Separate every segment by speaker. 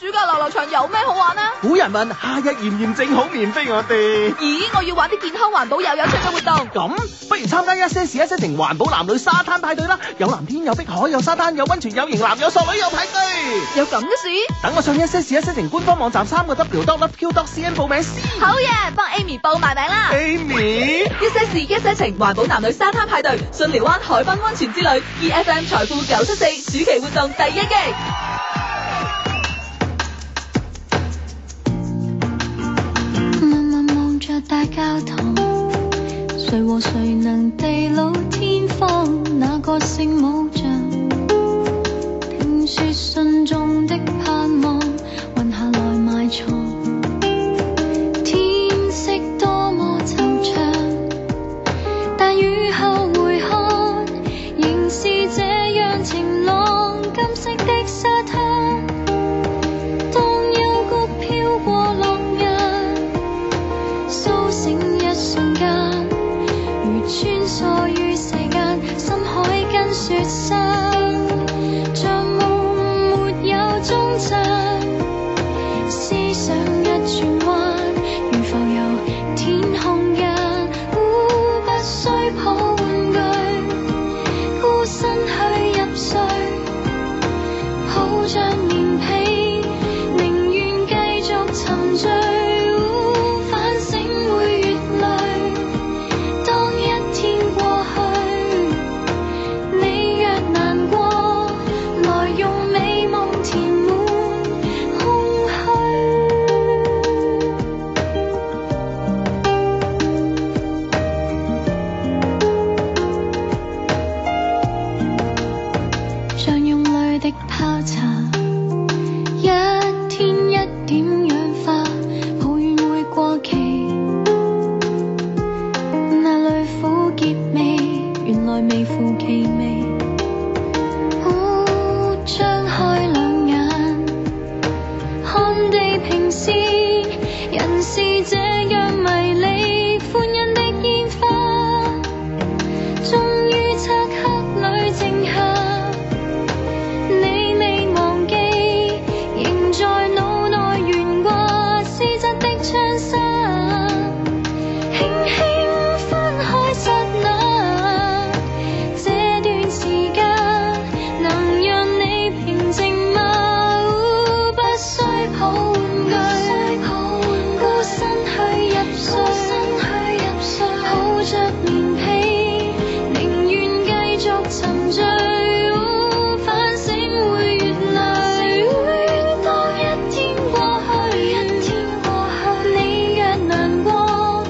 Speaker 1: 暑假遊樂場有咩好玩啊？
Speaker 2: 古人問：夏日炎炎正好棉非我哋。
Speaker 1: 咦，我要玩啲健康環保又有趣嘅活動。
Speaker 2: 咁，不如參加一些事一些情環保男女沙灘派對啦！有藍天，有碧海，有沙灘，有溫泉，有型男，有索女，有派對。
Speaker 1: 有咁嘅事？
Speaker 2: 等我上一些事一些情官方網站三個 W dot love q dot c n 報名先。
Speaker 1: 好嘢，幫 Amy 報埋名啦！
Speaker 2: Amy，
Speaker 1: 一些事，一些情，環保男女沙灘派對，信寮灣海濱溫泉之旅，EFM 財富九七四暑期活動第一季。
Speaker 3: 默默望着大教堂，誰和誰能地老天荒？那個聖母像，聽說信眾的盼望，運下來埋藏。天色多麼惆悵，但雨後回看，仍是這樣晴朗。金色的沙灘，當幽谷飄過落日。甦醒一瞬間，如穿梭於世間，深海跟雪山，像夢沒有終站。思想一轉彎，如浮遊天空間，呼不需抱玩具，孤身去入睡，抱着棉被，寧願繼續沉醉。呼反省會越累，當一天過去，你若難過，來用美夢填滿空虛。像用淚的泡茶，一天一點氧化，抱怨會過期。那類苦澀味，原來微乎其微。哦，張開兩眼，看地平線，人是這樣迷離，歡欣的煙花，終於漆黑裏靜下。你未忘記，仍在腦內懸掛絲質的窗紗，輕輕翻開剎那，這段時間能讓你平靜嗎？不需抱玩具，孤身去入睡，抱着棉被，寧願繼續沉醉。反省會越累，當一天過去，你若難過，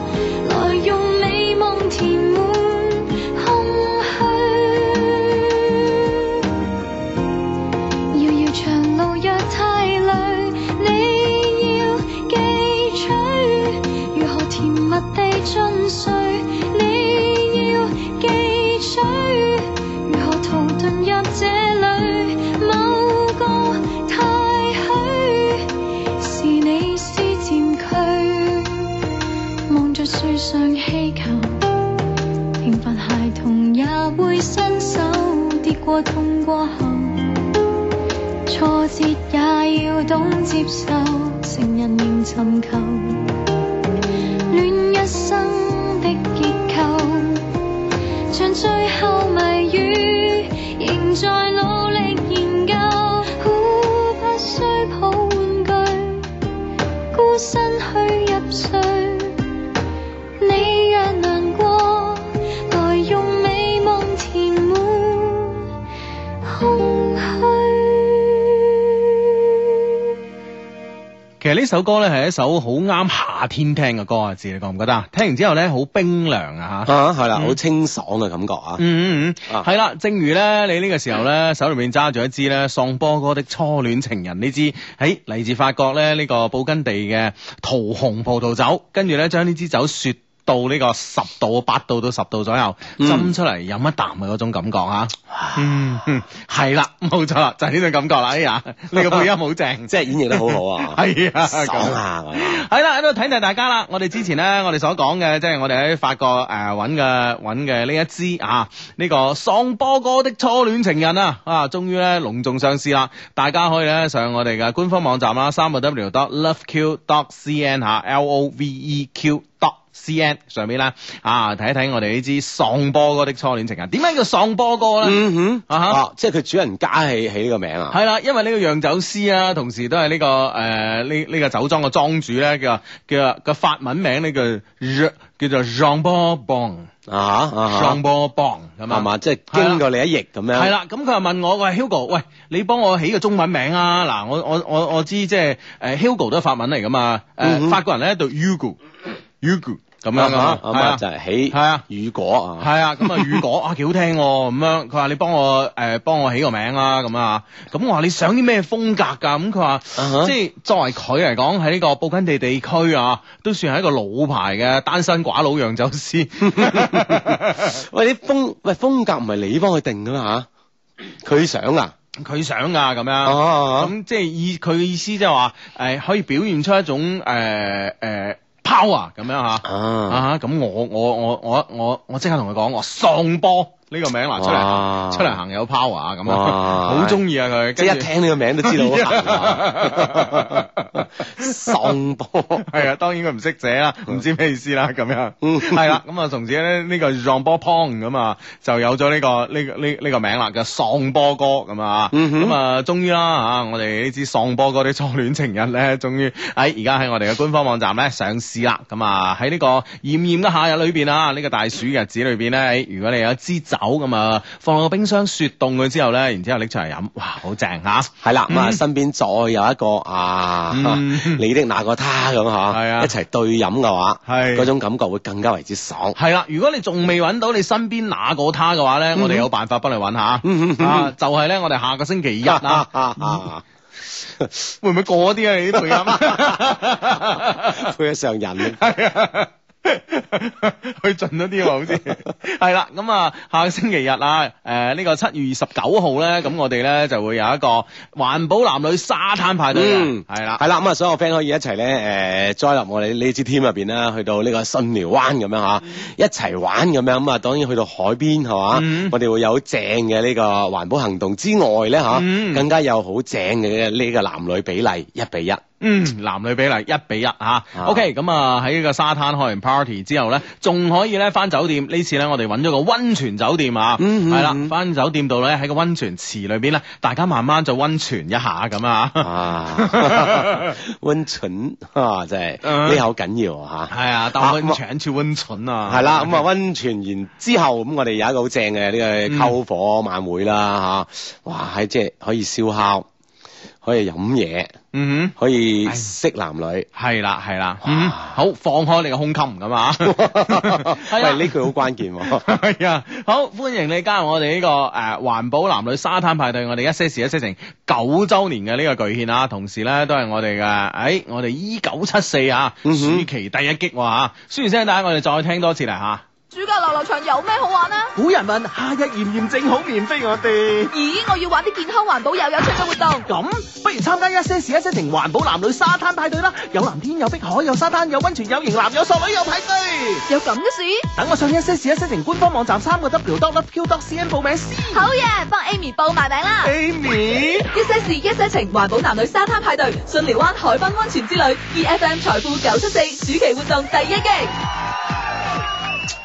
Speaker 3: 來用美夢填滿空虛。遙遙長路若太累，你要記取如何甜蜜地進睡。你要記取。如何逃遁入這裏？某個太虛，是你施漸區。望着樹上氣球，平凡孩童也會伸手，跌過痛過後，挫折也要懂接受，成人仍尋求戀一生的結構。像最後謎語，仍在努力研究。苦不需抱玩具，孤身去入睡。你若難過，來用美夢填滿空虛。
Speaker 4: 其實呢首歌咧係一首好啱夏天聽嘅歌啊，字你覺唔覺得啊？聽完之後咧好冰涼啊吓。
Speaker 5: 啊，係啦，
Speaker 4: 嗯
Speaker 5: 好清爽嘅感覺啊！
Speaker 4: 嗯嗯嗯，
Speaker 5: 啊
Speaker 4: 係啦，正如咧，你呢個時候咧，手裏面揸住一支咧喪波哥的初戀情人呢支，喺嚟自法國咧呢個布根地嘅桃紅葡萄酒，跟住咧將呢支酒雪到呢個十度、八度到十度左右，
Speaker 2: 嗯
Speaker 4: 斟出嚟飲一啖嘅嗰種感覺啊！嗯，嗯係啦，冇錯啦，就係呢種感覺啦。哎呀，你個配音好正，
Speaker 2: 即係演繹得好好 啊，
Speaker 4: 係啊，
Speaker 2: 爽啊咁樣。
Speaker 4: 係啦，喺度睇睇大家啦。我哋之前咧，我哋所講嘅，即係我哋喺法國誒揾嘅揾嘅呢一支啊，呢、個桑波哥的初戀情人啊，啊，終於咧隆重上市啦！大家可以咧上我哋嘅官方網站啦，三個 W dot loveq E dot cn 嚇，L O V E Q dot。C N 上面啦，啊睇一睇我哋呢支喪波哥的初戀情人，點解叫喪波哥咧？
Speaker 2: 嗯哼，
Speaker 4: 啊哈
Speaker 2: 啊，即係佢主人家起起呢個名啊，
Speaker 4: 係啦，因為呢個釀酒師啊，同時都係呢、個誒呢呢個酒莊嘅莊主咧，叫叫個法文名呢個叫做 Jean b o b o n
Speaker 2: 啊哈啊
Speaker 4: Jean
Speaker 2: 哈
Speaker 4: b o b o n 咁
Speaker 2: 係
Speaker 4: 啊。
Speaker 2: 嘛，即係經過你一役咁樣，啊
Speaker 4: 係啦，咁佢又問我，喂 Hugo，喂，
Speaker 2: 嗯
Speaker 4: 你幫我起個中文名啊！嗱，我我我我知即係誒 Hugo 都係法文嚟噶嘛，誒、
Speaker 2: 嗯哼
Speaker 4: 法國人咧讀 Hugo，Hugo 咁樣
Speaker 2: 啊
Speaker 4: 㗎嘛
Speaker 2: 哈，咁
Speaker 4: 係
Speaker 2: 啊就係起
Speaker 4: 係啊
Speaker 2: 雨果啊，
Speaker 4: 係啊，咁啊雨果啊幾好聽喎，咁樣佢話你幫我誒、呃、幫我起個名啦，咁啊，咁我話你想啲咩風格㗎？咁佢話
Speaker 2: 啊哈
Speaker 4: 即係作為佢嚟講喺呢個布根地地區啊，都算係一個老牌嘅單身寡佬釀酒 師。
Speaker 2: 喂，啲風喂風格唔係你幫佢定噶嘛嚇，佢想啊，
Speaker 4: 佢想啊咁樣，
Speaker 2: 哦
Speaker 4: 咁即係意佢嘅意思即係話誒可以表現出一種誒誒、呃呃 power 咁樣嚇。
Speaker 2: 啊，
Speaker 4: 啊！咁我我我我我我即刻同佢講，我喪波呢個名啊嗱出嚟
Speaker 2: 哇
Speaker 4: 行出嚟行有 power 啊咁啊，
Speaker 2: 啊哇
Speaker 4: 好中意啊佢，
Speaker 2: 即係一
Speaker 4: 跟住
Speaker 2: 聽呢個名都知道 好行啊喪波，
Speaker 4: 係啊，當然佢唔識寫 啦，唔知咩意思啦，咁樣
Speaker 2: 嗯
Speaker 4: 係啦，咁啊，從此咧呢個 Jean Paul Pong 咁啊，就有咗呢個呢個呢呢個名啦，叫喪波哥咁啊，
Speaker 2: 嗯哼
Speaker 4: 咁啊，終於啦啊，我哋呢支喪波哥啲初戀情人咧，終於喺而家喺我哋嘅官方網站咧上市啦，咁啊喺呢個炎炎嘅夏日裏邊啊，呢個大暑日子裏邊咧，如果你有一支酒咁啊，放落個冰箱雪凍佢之後咧，然之後拎出嚟飲，哇，好正 嚇！
Speaker 2: 係啦，咁啊
Speaker 4: 嗯
Speaker 2: 身邊再有一個啊
Speaker 4: 嗯，
Speaker 2: 你的那個他咁
Speaker 4: 係
Speaker 2: 嚇，
Speaker 4: 啊
Speaker 2: 一齊對飲嘅話，
Speaker 4: 係
Speaker 2: 嗰種感覺會更加為之爽。
Speaker 4: 系啦，如果你仲未揾到你身邊那個他嘅話咧，我哋有辦法幫你揾
Speaker 2: 嗯
Speaker 4: 下。啊，就係咧，我哋下個星期一 啊，會唔會過啲啊？你啲配音
Speaker 2: 配得上人。
Speaker 4: 係啊。去盡咗啲喎，好似係啦。咁啊，下個星期日啊，誒、呢個七月二十九號咧，咁我哋咧就會有一個環保男女沙灘派對嘅，係啦、
Speaker 2: 係啦，咁啊，所有 friend 可以一齊咧，誒 join 入我哋呢支 team 入邊啦，去到呢個信寮灣咁樣嚇，一齊玩咁樣，咁啊，當然去到海邊係嘛
Speaker 4: 嗯，
Speaker 2: 我哋會有正嘅呢個環保行動之外咧嚇，
Speaker 4: 嗯
Speaker 2: 更加有好正嘅呢個男女比例一比一。
Speaker 4: 嗯，男女比例一比一吓、OK，咁啊喺呢個沙灘開完 party 之後咧，仲可以咧翻酒店。呢次咧我哋揾咗個温泉酒店啊，
Speaker 2: 嗯嗯
Speaker 4: 係啦
Speaker 2: 嗯，
Speaker 4: 翻酒店度咧喺個温泉池裏邊咧，大家慢慢就温泉一下咁啊。
Speaker 2: 啊，温泉啊，真係呢口緊要啊嚇。
Speaker 4: 係啊，
Speaker 2: 啊
Speaker 4: 到温
Speaker 2: 咁啊
Speaker 4: 泉去温泉啊，
Speaker 2: 係啦，咁啊温泉完之後，咁我哋有一個好正嘅
Speaker 4: 嗯
Speaker 2: 呢個篝火晚會啦吓，哇！係即係可以燒烤，可以飲嘢，
Speaker 4: 嗯哼。
Speaker 2: 可以
Speaker 4: 唉
Speaker 2: 識男女。
Speaker 4: 係啦，係啦，
Speaker 2: 哇
Speaker 4: 嗯，好放開你個胸襟咁啊， 係啦
Speaker 2: 喂，呢句好關鍵喎。
Speaker 4: 係啊，好歡迎你加入我哋呢、個誒、呃、環保男女沙灘派對，我哋一些事一些情九周年嘅呢個巨獻啊，同時咧都係我哋嘅誒我哋 E 九七四啊，
Speaker 2: 嗯哼
Speaker 4: 暑期第一擊喎啊！雖然聲帶，我哋再聽多次嚟啊嚇。
Speaker 1: 暑假遊樂場有咩好玩啊？
Speaker 2: 古人問：夏日炎炎正好眠非我哋。
Speaker 1: 咦，我要玩啲健康環保又有趣嘅活動。
Speaker 2: 咁，不如參加一些事一些情環保男女沙灘派對啦！有藍天，有碧海，有沙灘，有温泉，有型男，有索女，有派對。
Speaker 1: 有咁嘅事？
Speaker 2: 等我上一些事一些情官方網站三個 W dot Q dot C E N 報名先。
Speaker 1: 好嘢，幫 Amy 報埋名啦！
Speaker 2: Amy。
Speaker 1: 一些事，一些情，環保男女沙灘派對，信寮灣海濱温泉之旅，EFM 財富九七四暑期活動第一擊。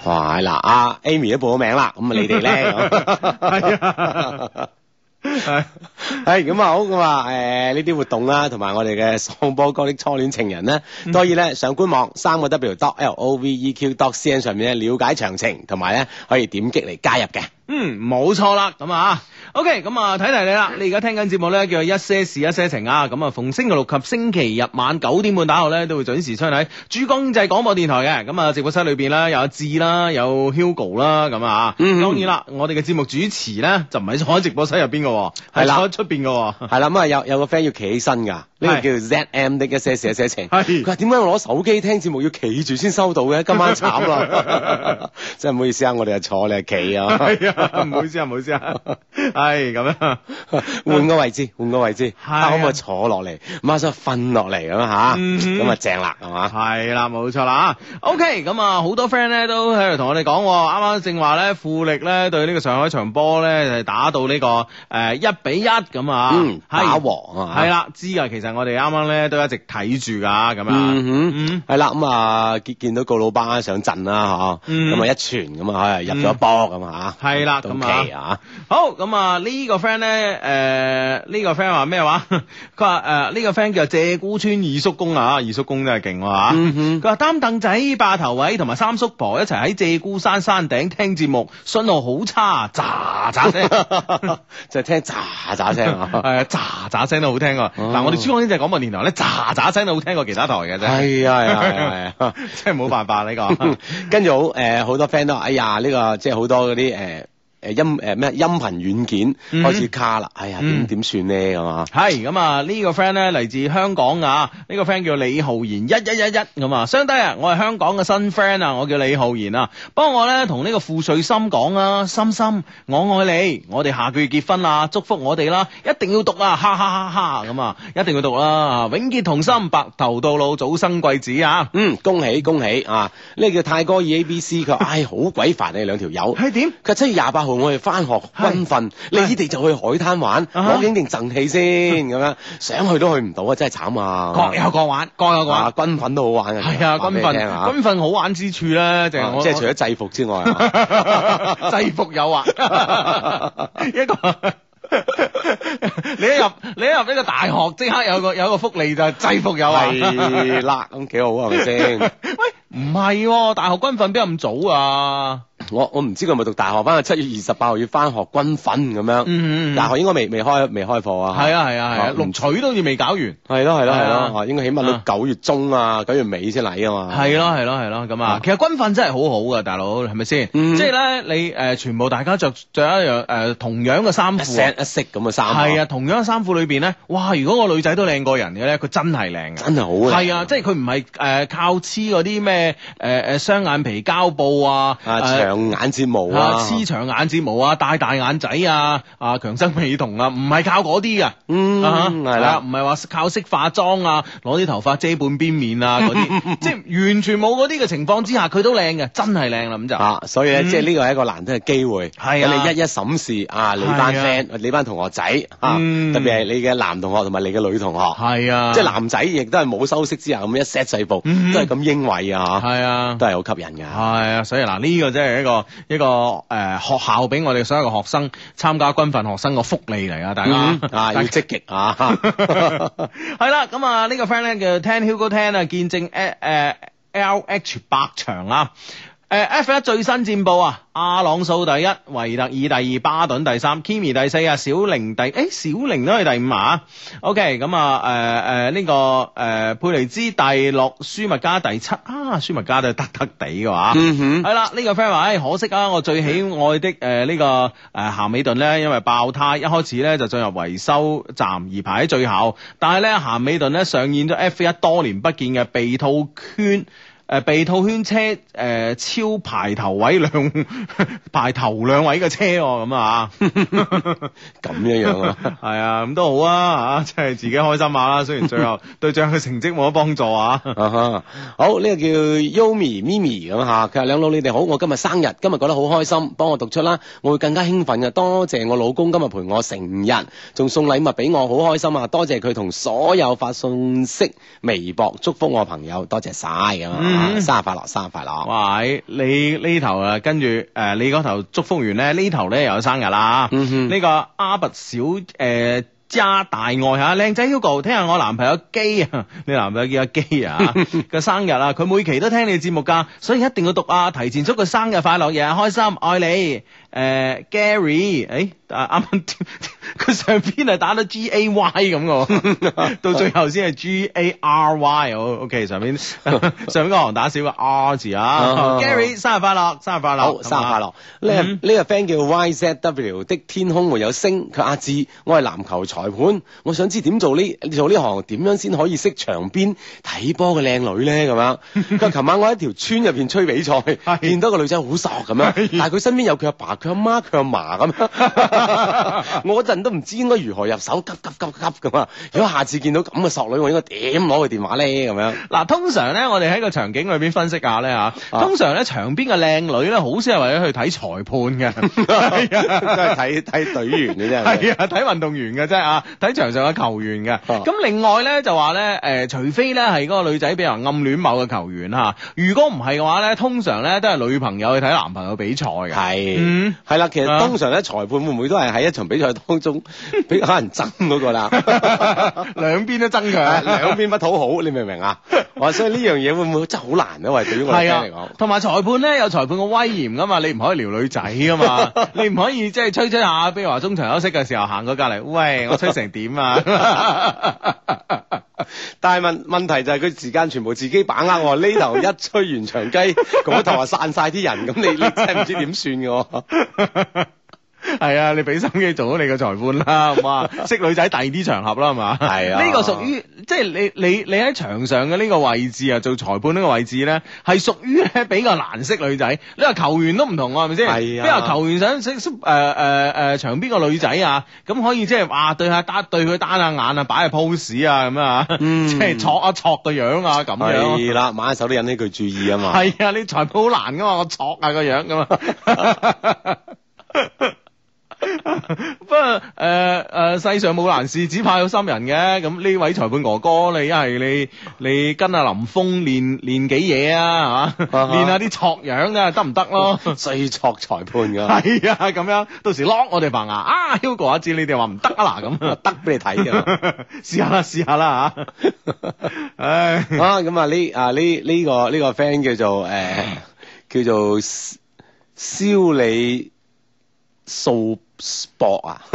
Speaker 2: 哇！嗱，阿 Amy 都報咗名啦，咁啊，你哋咧？
Speaker 4: 係啊係
Speaker 2: 係咁啊，好咁啊，誒呢啲活動啦，同埋我哋嘅喪波哥的初戀情人咧，
Speaker 4: 嗯
Speaker 2: 都可以咧上官網三個 W dot L O V E Q dot C N 上面咧了解詳情，同埋咧可以點擊嚟加入嘅。
Speaker 4: 嗯，冇錯啦，咁啊，OK，咁啊，睇睇你啦，你而家聽緊節目咧，叫做一些事一些情啊，咁啊，逢星期六及星期日晚九點半打後咧，都會準時出現喺珠江經濟廣播電台嘅，咁啊，直播室裏邊啦，有阿志啦，有 Hugo 啦，咁啊，
Speaker 2: 嗯
Speaker 4: 當然啦，我哋嘅節目主持咧就唔係坐喺直播室入邊嘅喎，係
Speaker 2: 係啦
Speaker 4: 坐喺出邊嘅 喎。
Speaker 2: 係啦，咁啊有有個 friend 要企起身㗎，呢個
Speaker 4: 係
Speaker 2: 叫 ZM 的一些事一些情。
Speaker 4: 係
Speaker 2: 佢話點解我攞手機聽節目要企住先收到嘅？今晚 慘啦，真係唔好意思啊！我哋係坐，你係企啊，
Speaker 4: 係啊，唔好意思啊，唔好意思啊，係咁啊樣，
Speaker 2: 換個位置，換個位置，
Speaker 4: 係
Speaker 2: 啊可唔可
Speaker 4: 啊
Speaker 2: 以坐落嚟，孖想瞓落嚟咁啊嚇？
Speaker 4: 嗯哼
Speaker 2: 咁啊正啦，係 嘛？
Speaker 4: 係啦，冇錯啦，OK，咁啊，好多 friend 咧都喺度同我哋講喎，啱啱正話咧，富力咧對呢個上海場波咧係打到呢、個誒一、比一咁啊，
Speaker 2: 嗯，
Speaker 4: 係
Speaker 2: 打和啊，
Speaker 4: 係啦，知噶，其實我哋啱啱咧都一直睇住噶，咁啊，
Speaker 2: 嗯
Speaker 4: 嗯
Speaker 2: 哼，係啦，咁啊見見到告老巴上陣啦，嚇，
Speaker 4: 嗯
Speaker 2: 咁啊一傳咁啊，係入咗一波咁啊，嚇
Speaker 4: 係啦
Speaker 2: 到
Speaker 4: 咁啊
Speaker 2: 期啊，
Speaker 4: 好，咁啊呢個 friend 咧，誒呢個 friend 話咩話？ 佢話誒呢個 friend 叫謝姑村二叔公啊，二叔公真係勁喎啊嚇。
Speaker 2: 嗯哼
Speaker 4: 佢話擔凳仔、霸頭位同埋三叔婆一齊喺謝姑山山頂聽節目，信號好差，喳喳 聲，
Speaker 2: 就係聽喳喳聲啊。
Speaker 4: 係啊喳喳聲都好聽喎。
Speaker 2: 哦
Speaker 4: 嗱，我哋珠江經濟廣播電台咧，喳喳聲都好聽過其他台嘅啫，
Speaker 2: 係啊係啊係啊係啊！
Speaker 4: 真係冇辦法呢個。
Speaker 2: 跟住好誒，好多 friend 都話：哎呀，呢個即係好多嗰啲誒誒音誒咩音頻軟件
Speaker 4: 嗯
Speaker 2: 開始卡啦，哎呀點
Speaker 4: 嗯
Speaker 2: 點算咧咁啊？
Speaker 4: 係咁啊！呢個 friend 咧嚟自香港啊，呢、個 friend 叫李浩然一一一一咁啊，相低啊！我係香港嘅新 friend 啊，我叫李浩然啊，幫我咧同呢個傅瑞心講啊，心心我愛你，我哋下個月結婚啦，祝福我哋啦，一定要讀啊，哈哈哈哈咁啊，一定要讀啦，啊永結同心，白頭到老，早生貴子啊！
Speaker 2: 嗯，恭喜恭喜啊！呢個叫泰哥二 A B C，佢話： 哎唉，好鬼煩你兩條友。
Speaker 4: 係點？
Speaker 2: 佢話七月廿八號我哋翻學軍訓，你哋就去海灘玩，
Speaker 4: 啊哈
Speaker 2: 我肯定贈氣先咁樣，想去都去唔到啊！真係慘啊！
Speaker 4: 各有各玩，各有各
Speaker 2: 啊
Speaker 4: 玩，
Speaker 2: 軍訓都好玩
Speaker 4: 係啊！
Speaker 2: 話
Speaker 4: 軍
Speaker 2: 俾你聽
Speaker 4: 訓
Speaker 2: 啊
Speaker 4: 軍訓好玩之處咧，就係
Speaker 2: 啊
Speaker 4: 我
Speaker 2: 即係除咗制服之 外啊。
Speaker 4: 制服誘惑， 一個。你一入你一入呢個大學，即刻有個有個福利就係制服誘惑。
Speaker 2: 係啦，咁幾好啊，係咪先？
Speaker 4: 喂，唔係喎，大學軍訓邊有咁早啊？
Speaker 2: 我我唔知佢係咪讀大學翻，七月二十八號要翻學軍訓咁樣，
Speaker 4: 嗯
Speaker 2: 大
Speaker 4: 學
Speaker 2: 學應該未未開未開課啊。
Speaker 4: 係啊係啊係啊，
Speaker 2: 唔
Speaker 4: 錄取都好似未搞完。
Speaker 2: 係咯係咯
Speaker 4: 係
Speaker 2: 係
Speaker 4: 啊
Speaker 2: 咯，啊應該起碼到九月中啊九月尾先嚟啊嘛。
Speaker 4: 係咯係咯係咯咁啊
Speaker 2: 啊！
Speaker 4: 其實軍訓真係好好噶，大佬係咪先？
Speaker 2: 嗯
Speaker 4: 即係咧，你誒全部大家着着一樣誒同樣嘅衫
Speaker 2: 一
Speaker 4: 褲啊，
Speaker 2: set 一色咁嘅衫。
Speaker 4: 係啊，，同樣嘅衫褲裏邊咧，哇！如果個女仔都靚過人嘅咧，佢真係靚嘅。
Speaker 2: 真係好靚
Speaker 4: 係啊，即係佢唔係誒靠黐嗰啲咩誒誒雙眼皮膠布啊，
Speaker 2: 啊
Speaker 4: 誒
Speaker 2: 長眼睫毛
Speaker 4: 啊
Speaker 2: 啊，
Speaker 4: 黐長眼睫毛啊，戴大眼仔啊，啊強生美瞳啊，唔係靠嗰啲噶。
Speaker 2: 嗯
Speaker 4: 啊
Speaker 2: 係
Speaker 4: 啊
Speaker 2: 啦，
Speaker 4: 唔係話靠識化妝啊，攞啲頭髮遮半邊面啊嗰 啲，即係完全冇嗰啲嘅情況之下，佢都靚嘅，真係靚啦咁就。
Speaker 2: 啊，所以咧，
Speaker 4: 嗯
Speaker 2: 即係呢個係一個難得嘅機會，
Speaker 4: 係啊
Speaker 2: 等你一一審視啊，你班
Speaker 4: 係啊
Speaker 2: friend，你班同學仔啊，
Speaker 4: 嗯
Speaker 2: 特別係你嘅男同學同埋你嘅女同學，
Speaker 4: 係啊，
Speaker 2: 即係男仔亦都係冇修飾之下咁一 set 制服，
Speaker 4: 嗯
Speaker 2: 都係咁英偉啊，
Speaker 4: 係啊
Speaker 2: 嚇，。都係好吸引㗎。
Speaker 4: 係啊，所以嗱，呢個真係一個一個誒、呃、學校俾我哋所有嘅學生參加軍訓學生個福利嚟啊！大家
Speaker 2: 嗯
Speaker 4: 大
Speaker 2: 啊，要
Speaker 4: 家
Speaker 2: 積極啊！
Speaker 4: 係啦，咁啊呢個 friend 咧叫 Ten Hugo Ten 啊，見證誒誒 LH 百場啊。誒 F 一最新戰報啊，阿朗數第一，維特爾第二，巴頓第三，Kimi 第四啊，小玲第誒小玲都係第五啊，OK 咁啊誒誒呢個誒、呃佩雷茲第六，舒密加第七啊，舒密加都係得得地嘅話。
Speaker 2: 嗯哼，
Speaker 4: 係啦，呢、個 friend 話：，唉、可惜啊，我最喜愛的誒、呃呢個誒、呃、咸美頓咧，因為爆胎，一開始咧就進入維修站而排喺最後，但係咧咸美頓咧上演咗 F 一多年不見嘅被套圈。誒被套圈車誒、呃超排頭位兩 排頭兩位嘅車喎，咁啊，
Speaker 2: 咁樣樣啊，
Speaker 4: 係啊，咁都好啊，嚇，即係自己開心下啦。雖然最後對最後嘅成績冇乜幫助啊，
Speaker 2: 啊哈，好呢、個叫 Yumi Mimi 咁啊吓，佢話兩老你哋好，我今日生日，今日覺得好開心，幫我讀出啦，我會更加興奮嘅，多謝我老公今日陪我成日，仲送禮物俾我，好開心啊！多謝佢同所有發信息、微博祝福我朋友，多謝晒咁啊！
Speaker 4: 嗯
Speaker 2: 生日快樂，生日快樂！
Speaker 4: 哇！你你呢頭啊，跟住誒、呃你嗰頭祝福完咧，呢頭咧又有生日啦。呢、
Speaker 2: 嗯哼
Speaker 4: 個阿拔小誒、呃加大愛嚇，靚仔 Hugo，聽下我男朋友基啊， 你男朋友叫阿基 啊個生日啊，佢每期都聽你節目㗎，所以一定要讀啊，提前祝佢生日快樂，日日開心，愛你。诶 Gary，诶啊啱 啱佢上邊係打到 G A Y 咁嘅喎， 到最後先係 G A R Y。O K 上面上面嗰行打少個 R 字啊
Speaker 2: 啊。
Speaker 4: Gary 生日快樂，生日快樂，啊
Speaker 2: 好，生日快樂！呢
Speaker 4: 嗯
Speaker 2: 呢個 friend 叫 YZW 的天空沒有星，佢阿志，我係籃球裁判，我想知點做呢做呢行，點樣先可以識場邊睇波嘅靚女咧咁樣。 佢話琴晚我喺條村入邊吹比賽，見到個女仔好索咁樣，但係佢身邊有佢阿爸、佢阿媽、佢阿嫲咁樣， 我嗰陣都唔知應該如何入手，急急急急咁啊！如果下次見到咁嘅索女，我應該點攞佢電話咧咁樣？
Speaker 4: 嗱，通常咧，我哋喺個場景裏邊分析下咧
Speaker 2: 啊
Speaker 4: 嚇，通常咧場邊嘅靚女咧，好少係為咗去睇裁判嘅， 係啊
Speaker 2: 真係 睇睇隊員嘅啫係咪。
Speaker 4: 係啊，睇運動員嘅啫啊，睇場上嘅球員嘅。
Speaker 2: 哦
Speaker 4: 咁另外咧就話咧，誒，除非咧係嗰個女仔比如暗戀某個球員嚇，如果唔係嘅話咧，通常咧都係女朋友去睇男朋友比賽嘅。
Speaker 2: 係
Speaker 4: 嗯，
Speaker 2: 係啦，其實
Speaker 4: 啊
Speaker 2: 通常咧，裁判會唔會都係喺一場比賽 當中俾可能爭嗰個啦，
Speaker 4: 兩邊都爭佢，
Speaker 2: 兩邊不討好，你明唔 明啊？哇，所以呢樣嘢會唔會真係好難咧？喂，對於我哋
Speaker 4: 係
Speaker 2: friend 嚟講
Speaker 4: 啊，，同埋裁判咧有裁判嘅威嚴噶嘛，你唔可以撩女仔噶 嘛，你唔可以即係吹吹下，比如話中場休息嘅時候行過隔離，喂，我吹成啊點啊？
Speaker 2: 但係問問題就係佢時間全部自己把握喎，呢頭一吹完 場雞，嗰頭話啊散晒啲人，咁你你真係唔知點算嘅 喎。
Speaker 4: 係啊，你俾心機做好你個裁判 啦，好嘛？識女仔第二啲場合啦，係嘛？
Speaker 2: 係啊
Speaker 4: 呢個屬於即係你你你喺場上嘅呢個位置啊，做裁判呢個位置咧，係屬於咧比較難識女仔。你話球員都唔同啊，係咪先？
Speaker 2: 係啊
Speaker 4: 比如球員想識識誒誒誒場邊個女仔啊，咁可以即係話對下單對佢單下眼啊，擺下 pose 啊咁啊，
Speaker 2: 嗯
Speaker 4: 即係戳一戳個樣啊咁樣。
Speaker 2: 係啦，馬手都引起佢注意啊嘛。
Speaker 4: 係啊，你裁判好難噶嘛，我戳下個樣噶嘛。不過誒誒、呃世上冇難事，只怕有心人嘅。咁呢位裁判哥哥，你一係你你跟阿林峰練練幾嘢啊，係嘛？
Speaker 2: 哈
Speaker 4: 練下啲錯樣啊，得唔得 咯？
Speaker 2: 最錯裁判㗎，
Speaker 4: 係啊，咁樣到時 lock 我哋棚牙啊，Hugo 阿志，你哋話唔得啊嗱咁，
Speaker 2: 得俾你睇㗎。
Speaker 4: 試下啦，試下啦嚇。唉，
Speaker 2: 啊，咁啊呢啊呢呢個呢、個 friend 叫做誒、呃
Speaker 4: 啊
Speaker 2: 叫做燒燒你數博啊，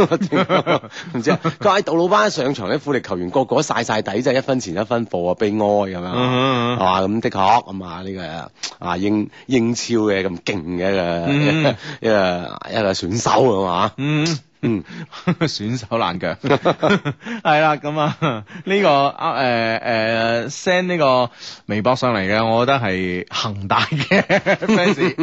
Speaker 2: 唔知啊。佢話喺杜魯班上場咧，富力球員個個晒晒底，真係一分錢一分貨啊，悲哀咁樣。
Speaker 4: 嗯嗯嗯
Speaker 2: 係嘛？咁的確咁啊，呢個啊英英超嘅咁勁嘅一個
Speaker 4: 嗯
Speaker 2: 一個一個選手咁啊，
Speaker 4: 嗯。
Speaker 2: 嗯，
Speaker 4: 選手爛腳，係啦咁啊，呢、個啊誒誒 send 呢個微博上嚟嘅，我覺得係恒大嘅 fans，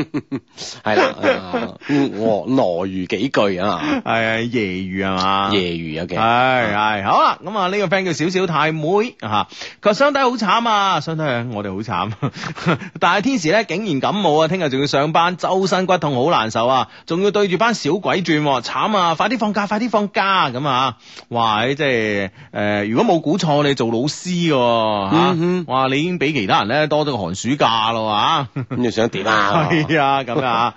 Speaker 2: 係啦，啊嗯我羅如幾句啊，
Speaker 4: 係夜語係啊嘛？
Speaker 2: 夜餘有嘅。
Speaker 4: 係係好啦，咁啊呢個 friend 叫小小太妹吓，佢話相低好慘啊，相低我哋好慘， 但係天時咧竟然感冒啊，聽日仲要上班，周身骨痛好難受啊，仲要對住班小鬼轉喎，慘啊！快啲放假，快啲放假啊咁啊！哇，即係誒、呃如果冇估錯，你做老師嘅喎嚇
Speaker 2: 嗯哼
Speaker 4: 哇，你已經比其他人咧多咗個寒暑假咯啊！
Speaker 2: 咁你想點 啊？
Speaker 4: 係啊，咁啊，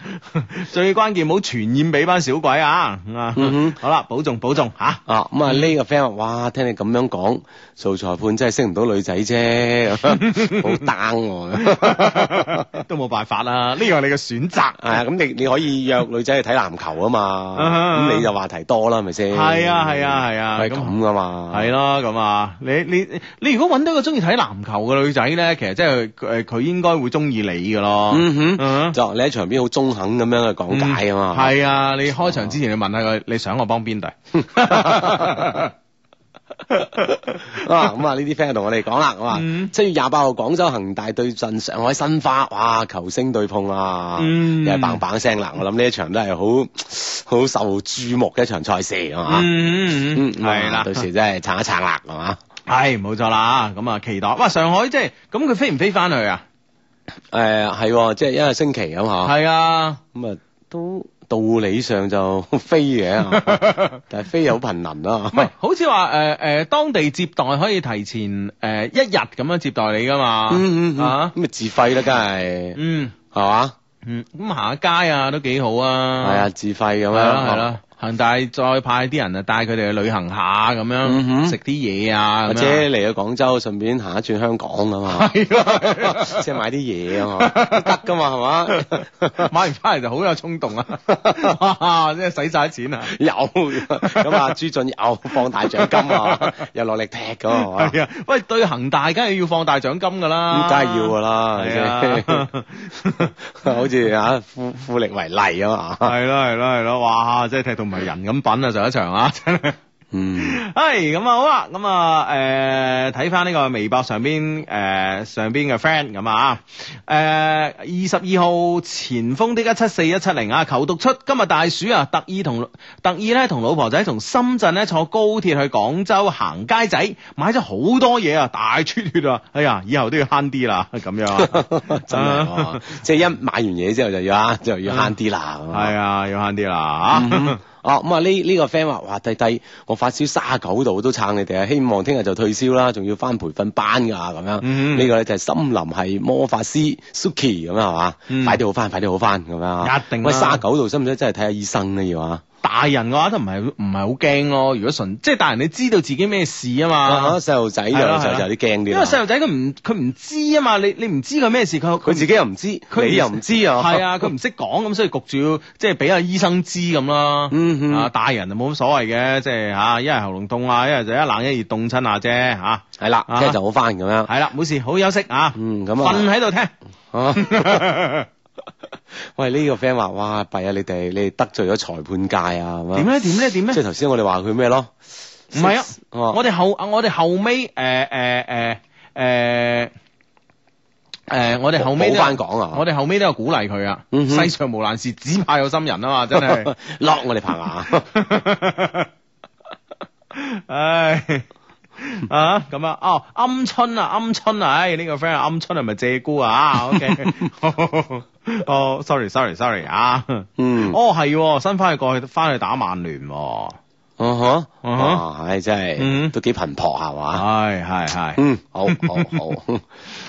Speaker 4: 最關鍵唔好傳染俾班小鬼啊！啊
Speaker 2: 嗯哼
Speaker 4: 好啦，保重保重吓。
Speaker 2: 啊，咁
Speaker 4: 嗯
Speaker 2: 啊呢個 friend 話：，哇，聽你咁樣講，做裁判真係識唔到女仔啫， 咁樣好 down 喎。
Speaker 4: 都冇辦法啦，呢個係你嘅選擇。
Speaker 2: 係啊，咁你你可以約女仔去睇籃球啊嘛，
Speaker 4: 啊哈
Speaker 2: 咁你就話題多啦，係咪先？
Speaker 4: 係啊係啊係啊
Speaker 2: 係
Speaker 4: 咁
Speaker 2: 咁噶嘛。
Speaker 4: 係咯，咁啊，你你你如果揾到個中意睇籃球嘅女仔咧，其實即係誒佢應該會中意你嘅咯。
Speaker 2: 嗯
Speaker 4: 嗯
Speaker 2: 哼，就你喺場邊好中肯咁樣去講解啊嘛。
Speaker 4: 係啊，你開場之前你問下佢，你想我幫邊隊？
Speaker 2: 啊，咁啊呢啲 friend 同我哋講啦，咁啊
Speaker 4: 嗯
Speaker 2: 七月廿八號廣州恒大對陣上海申花，哇球星對碰啊，
Speaker 4: 嗯
Speaker 2: 又係棒棒聲啦！我諗呢一場都係好好受注目嘅一場賽事，係嘛？
Speaker 4: 嗯
Speaker 2: 嗯，
Speaker 4: 嗯，係啦
Speaker 2: 到。時真係撐一撐啦，係嘛？
Speaker 4: 係冇錯啦，咁啊期待。哇，上海即係咁，佢飛唔飛翻去啊？
Speaker 2: 誒係喎，即係一個星期咁嚇，
Speaker 4: 係啊。
Speaker 2: 咁啊都道理上就 飛嘅，但係飛又好頻啊臨啦
Speaker 4: 唔。係，好似話誒誒，當地接待可以提前誒、呃一日咁樣接待你噶嘛？
Speaker 2: 嗯嗯嗯，
Speaker 4: 啊，
Speaker 2: 咁咪自費啦，梗係
Speaker 4: 嗯
Speaker 2: 係嘛？
Speaker 4: 嗯，咁行下街啊，都幾好啊。
Speaker 2: 係啊，自費咁樣，
Speaker 4: 係啦係啦，恒大再派啲人啊帶佢哋去旅行下咁
Speaker 2: 嗯哼
Speaker 4: 樣，食啲嘢啊，
Speaker 2: 或
Speaker 4: 咁
Speaker 2: 者
Speaker 4: 樣
Speaker 2: 嚟咗廣州，順便行一轉香港啊嘛，即係買啲嘢啊嘛，得噶嘛係嘛？
Speaker 4: 買完翻嚟就好有衝動啊！哇，真係使晒錢啊！
Speaker 2: 有咁啊，朱俊又放大獎 金啊，又落力踢咁啊，係嘛
Speaker 4: 係啊，喂，對恒大梗係要放大獎金㗎啦，
Speaker 2: 咁嗯梗係要噶啦，係咪
Speaker 4: 係
Speaker 2: 先
Speaker 4: 啊，
Speaker 2: 好似啊，富富力為例啊嘛，
Speaker 4: 係咯係咯係咯，哇！真係踢到唔係人咁品啊！上一場啊，真係。
Speaker 2: 嗯，，
Speaker 4: 系咁啊，好啦，咁啊，诶，睇翻呢個微博上邊，诶、上邊嘅 friend 咁啊，诶、二十二號前鋒的一七四一七零啊，求讀出今日大暑啊，特意同特意咧同老婆仔從深圳咧坐高鐵去廣州行街仔，買咗好多嘢啊，大出血啊，哎呀，以後都要慳啲啦，咁樣啊
Speaker 2: 真係 喎，即係一買完嘢之後就要啊，就要慳啲啦，咁啊
Speaker 4: 係啊，要慳啲啦啊。
Speaker 2: 嗯 哦，咁啊呢呢個 friend 話：，哇，弟弟，我發燒三十九度都撐你哋啊！希望聽日就退燒啦，仲要翻培訓班㗎咁樣。
Speaker 4: 嗯
Speaker 2: 呢個咧就係森林係魔法師 Suki 咁樣係嘛？
Speaker 4: 嗯
Speaker 2: 快啲好翻，快啲好翻咁樣啊。
Speaker 4: 一定啦
Speaker 2: 喂，三十九度使唔使真係睇下醫生咧？要啊？
Speaker 4: 大人嘅話都唔係唔係好驚咯，如果純即係大人你知道自己咩事啊嘛
Speaker 2: 啊，。細路仔就
Speaker 4: 係啦係啦
Speaker 2: 就有啲驚啲
Speaker 4: 因為細
Speaker 2: 啦。
Speaker 4: 路仔佢唔佢唔知啊嘛，你你唔知佢咩事，佢
Speaker 2: 佢自己又唔知，
Speaker 4: 佢唔
Speaker 2: 你又唔知啊。
Speaker 4: 係啊，佢唔識講咁，所以焗住要即係俾阿醫生知咁啦。
Speaker 2: 嗯哼
Speaker 4: 啊大人就冇乜所謂嘅，即係吓，一係喉嚨痛啊，一係就一冷一熱凍親下啫吓。
Speaker 2: 係啦，
Speaker 4: 啊
Speaker 2: 聽日就好翻咁樣。
Speaker 4: 係啦，冇事，好休息啊。
Speaker 2: 嗯咁啊
Speaker 4: 瞓喺度 聽。
Speaker 2: 啊 喂，呢個 friend 話：，哇，弊啊！你哋你哋得罪咗裁判界啊咁樣
Speaker 4: 點咧？點咧？點
Speaker 2: 即係
Speaker 4: 咧？
Speaker 2: 頭先我哋話佢咩咯？
Speaker 4: 唔係啊，
Speaker 2: 哦
Speaker 4: 我哋後我哋後尾呃誒誒誒誒誒，呃我哋後尾都
Speaker 2: 補翻講啊
Speaker 4: 我哋後尾都有鼓勵佢啊。
Speaker 2: 嗯哼
Speaker 4: 世上無難事，只怕有心人啊嘛，真係。
Speaker 2: 落我哋 棚牙。
Speaker 4: 唉。啊，咁啊，哦，鵪鶉啊，鵪鶉啊，唉、呢、個 friend 啊鵪鶉係咪借姑啊？OK，哦，sorry，sorry，sorry 啊，
Speaker 2: 嗯
Speaker 4: 哦係喎，新翻去過去翻去打曼聯喎、
Speaker 2: 嗯哼，
Speaker 4: 嗯哼
Speaker 2: 哇，唉，真係
Speaker 4: 嗯啊
Speaker 2: 都幾頻撲係嘛？
Speaker 4: 係係係，
Speaker 2: 嗯，好好 好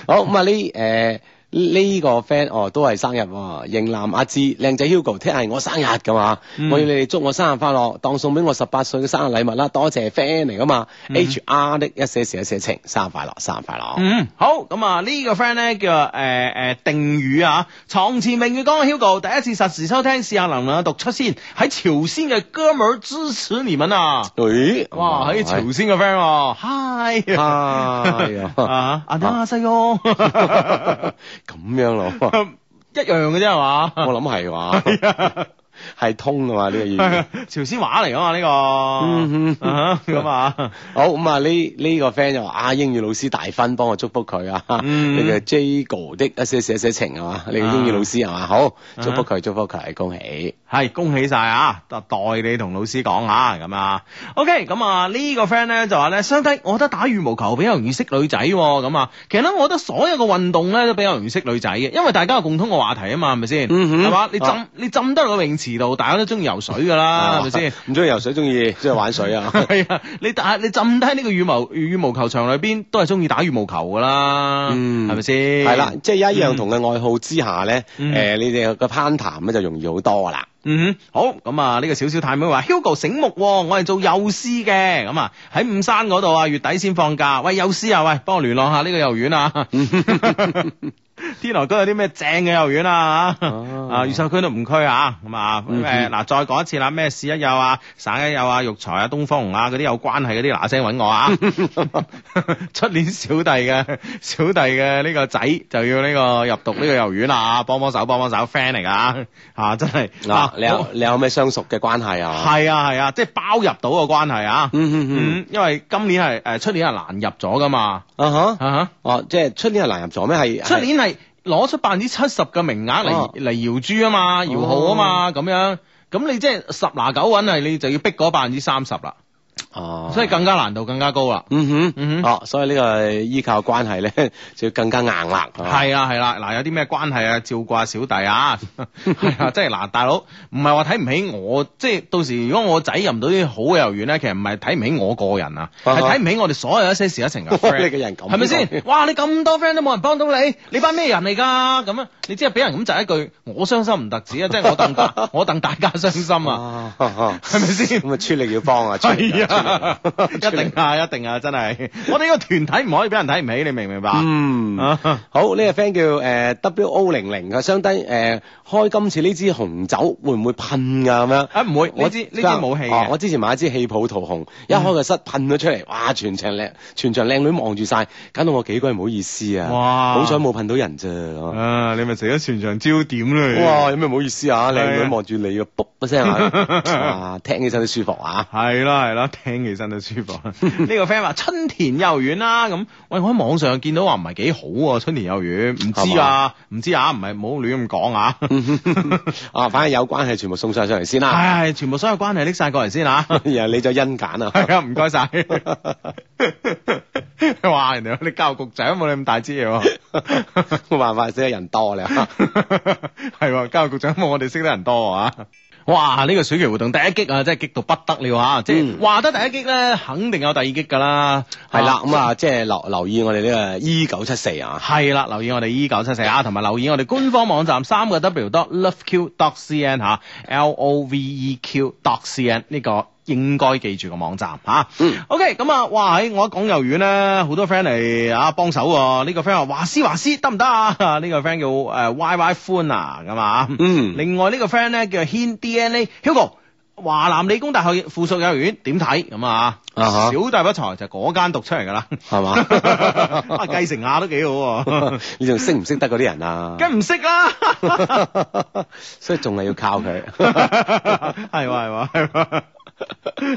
Speaker 2: 好咁啊！呢誒呢個 friend 哦，都係生日喎，型男阿志，靚仔 Hugo，聽日係我生日噶嘛，
Speaker 4: 嗯
Speaker 2: 我要你哋祝我生日快樂，當送俾我十八歲嘅生日禮物啦，多謝 friend 嚟噶嘛，HR 的一些事一些情，生日快樂，生日快樂，
Speaker 4: 嗯，好，咁啊呢個 friend 咧叫誒誒、呃定語啊，床前明月光嘅 Hugo 第一次實時收聽，試下能唔能夠讀出先，喺朝鮮嘅哥們兒支持你們啊！
Speaker 2: 誒，哎
Speaker 4: 哇！喺朝鮮嘅 friend 喎，hi
Speaker 2: 啊
Speaker 4: 啊，阿達西哥，
Speaker 2: 咁樣咯，
Speaker 4: 一樣嘅啫係嘛？
Speaker 2: 我諗係
Speaker 4: 哎
Speaker 2: 話係通噶嘛呢個語言。
Speaker 4: 朝鮮話嚟噶嘛呢
Speaker 2: 嗯
Speaker 4: 個，啊咁啊，
Speaker 2: 好咁啊！呢呢個 friend 就話啊，英語老師大分，幫我祝福佢啊！
Speaker 4: 嗯啊
Speaker 2: 你嘅 Jago 的一些事一些情係嘛？你嘅英語老師係嘛？好，祝福佢，祝福佢，恭喜！
Speaker 4: 係恭喜晒啊！代你同老師講下咁啊。OK，咁啊呢個 friend 咧就話咧，相低，我覺得打羽毛球比較容易識女仔喎咁啊。其實咧，我覺得所有嘅運動咧都比較容易識女仔嘅，因為大家有共通嘅話題啊嘛，係咪先？
Speaker 2: 嗯哼
Speaker 4: 係嘛？你
Speaker 2: 啊
Speaker 4: 浸你浸得落個泳池度，大家都中意游水㗎啦，啊係咪先？？
Speaker 2: 唔中意游水，中意中意玩水啊！
Speaker 4: 系啊，你打你浸低呢個羽毛羽毛球場裏邊，都係中意打羽毛球噶啦，
Speaker 2: 嗯
Speaker 4: 係咪先？
Speaker 2: 係啦，，即係一樣同嘅愛好之下咧，
Speaker 4: 嗯
Speaker 2: 誒你哋嘅攀談咧就容易好多啦。
Speaker 4: 嗯哼，好咁啊！呢、個小小太妹話：Hugo 醒目、喎，我係做幼師嘅，咁啊喺五山嗰度啊，月底先放假。喂，幼師啊，喂，幫我聯絡下呢個幼兒園啊。 天河區有啲咩正嘅幼兒園啊？
Speaker 2: 哦
Speaker 4: 啊，越秀區都唔區啊，咁啊，
Speaker 2: 嗯
Speaker 4: 誒
Speaker 2: 哼
Speaker 4: 嗱，再講一次啦，咩市一幼啊、省一幼啊、育才啊、東方紅啊嗰啲有關係嗰啲，嗱聲揾我啊！ 出年小弟嘅 小弟嘅呢個仔就要呢個入讀呢個幼兒園啦，幫幫手，幫幫手，friend 嚟㗎啊，真係
Speaker 2: 嗱，你有
Speaker 4: 我
Speaker 2: 你有咩相熟嘅關係啊？
Speaker 4: 係啊係啊，即係包入到個關係啊。
Speaker 2: 嗯嗯嗯
Speaker 4: 嗯，因為今年係誒出年係難入咗㗎嘛，
Speaker 2: 啊哈！
Speaker 4: 啊
Speaker 2: 哦，即係出年係難入咗咩？係
Speaker 4: 哈出年係攞出百分之七十嘅名額
Speaker 2: 哦
Speaker 4: 嚟嚟搖珠啊嘛，搖號啊嘛，咁樣，咁你即係十拿九穩係你就要逼嗰百分之三十啦。
Speaker 2: 哦，
Speaker 4: 所以更加難度更加高啦。
Speaker 2: 嗯哼，
Speaker 4: 嗯哼
Speaker 2: 哦，所以呢個依靠關係咧， 就要更加硬啦。係嘛，
Speaker 4: 係啦係啦，嗱有啲咩關係啊？照顧下小弟 啊，係啊，即係嗱，大佬唔係話睇唔起我，即係到時如果我仔入唔到啲好嘅幼兒園咧，其實唔係睇唔起我個人啊，
Speaker 2: 啊哈
Speaker 4: 係睇唔起我哋所有一些事一情嘅 friend。
Speaker 2: 你個人咁
Speaker 4: 係咪先
Speaker 2: 講？
Speaker 4: 哇！你咁多 friend 都冇人幫到你，你班咩人嚟㗎？咁啊，你只係俾人咁窒一句，我傷心唔特止啊，即係我戥 大我戥大家傷心啊，
Speaker 2: 啊， 咁
Speaker 4: 係咪先？
Speaker 2: 啊，出力要幫啊，出力
Speaker 4: 係啊，
Speaker 2: 出
Speaker 4: 一
Speaker 2: 力
Speaker 4: 定啊，一定啊，真係！我哋呢個團體唔可以俾人睇唔起，你明唔明白？
Speaker 2: 嗯，
Speaker 4: 啊
Speaker 2: 好呢、個 friend 叫誒 W O 零零嘅，相低誒、呃、開今次呢支紅酒會唔會噴㗎咁樣？
Speaker 4: 啊唔會，呢支呢支冇氣
Speaker 2: 哦我
Speaker 4: 嘅，嗯
Speaker 2: 之前買一支氣泡桃紅，一開個室噴咗出嚟，哇！全場靚全場靚女望住晒，搞到我幾鬼唔好意思啊！
Speaker 4: 哇
Speaker 2: 好彩冇噴到人咋。
Speaker 4: 啊你咪成咗全場焦點啦！
Speaker 2: 哇！有咩唔好意思啊？靚
Speaker 4: 係啊
Speaker 2: 女望住你啊，卜一聲 啊，啊聽起身都舒服啊！
Speaker 4: 係啦係啦，聽起身都舒 服。呢個 friend 話春田幼兒園啦，咁喂我喺網上見到話唔係幾好喎，春田幼兒園唔知啊，唔知啊，唔係唔好亂咁講 啊。
Speaker 2: 啊，反正有關係全部送晒上嚟先啦，
Speaker 4: 係係，全部所有關係拎晒過嚟先 啊。
Speaker 2: 然後你就甄揀啊。
Speaker 4: 係啊，唔該晒。 哇，人哋你教育局長冇你咁大支嘢喎。
Speaker 2: 冇辦法，死係人多你 啊！
Speaker 4: 係喎，教育局長冇我哋識得人多啊！哇！呢、個暑期活動第一擊啊，真係激到不得了啊！即係
Speaker 2: 嗯
Speaker 4: 話得第一擊咧，肯定有第二擊㗎啦。
Speaker 2: 係啦，咁啊，即係留留意我哋呢個 E 九七四啊，
Speaker 4: 係啦，留意我哋 E 九七四啊，同埋留意我哋官方網站三個 W dot loveq dot cn 吓，L O V E Q dot cn 呢個應該記住個網站吓。
Speaker 2: 嗯
Speaker 4: OK，咁啊，哇！喺我一講幼兒園咧，好多 friend 嚟啊幫手喎。呢、個 friend 話華師華師得唔得啊？呢、個 friend 叫誒 Y Y 歡啊，咁啊。
Speaker 2: 嗯
Speaker 4: 另外呢個 friend 咧叫軒 DNA Hugo。華南理工大學附屬幼兒園點睇咁啊？
Speaker 2: 啊
Speaker 4: 小
Speaker 2: 哈
Speaker 4: 弟不才就嗰間讀出嚟㗎啦。
Speaker 2: 係嘛？
Speaker 4: 啊，繼承下都幾好喎，
Speaker 2: 你仲識唔識得嗰啲人啊？
Speaker 4: 梗唔識啦，
Speaker 2: 所以仲係要靠佢，
Speaker 4: 係喎係喎係喎，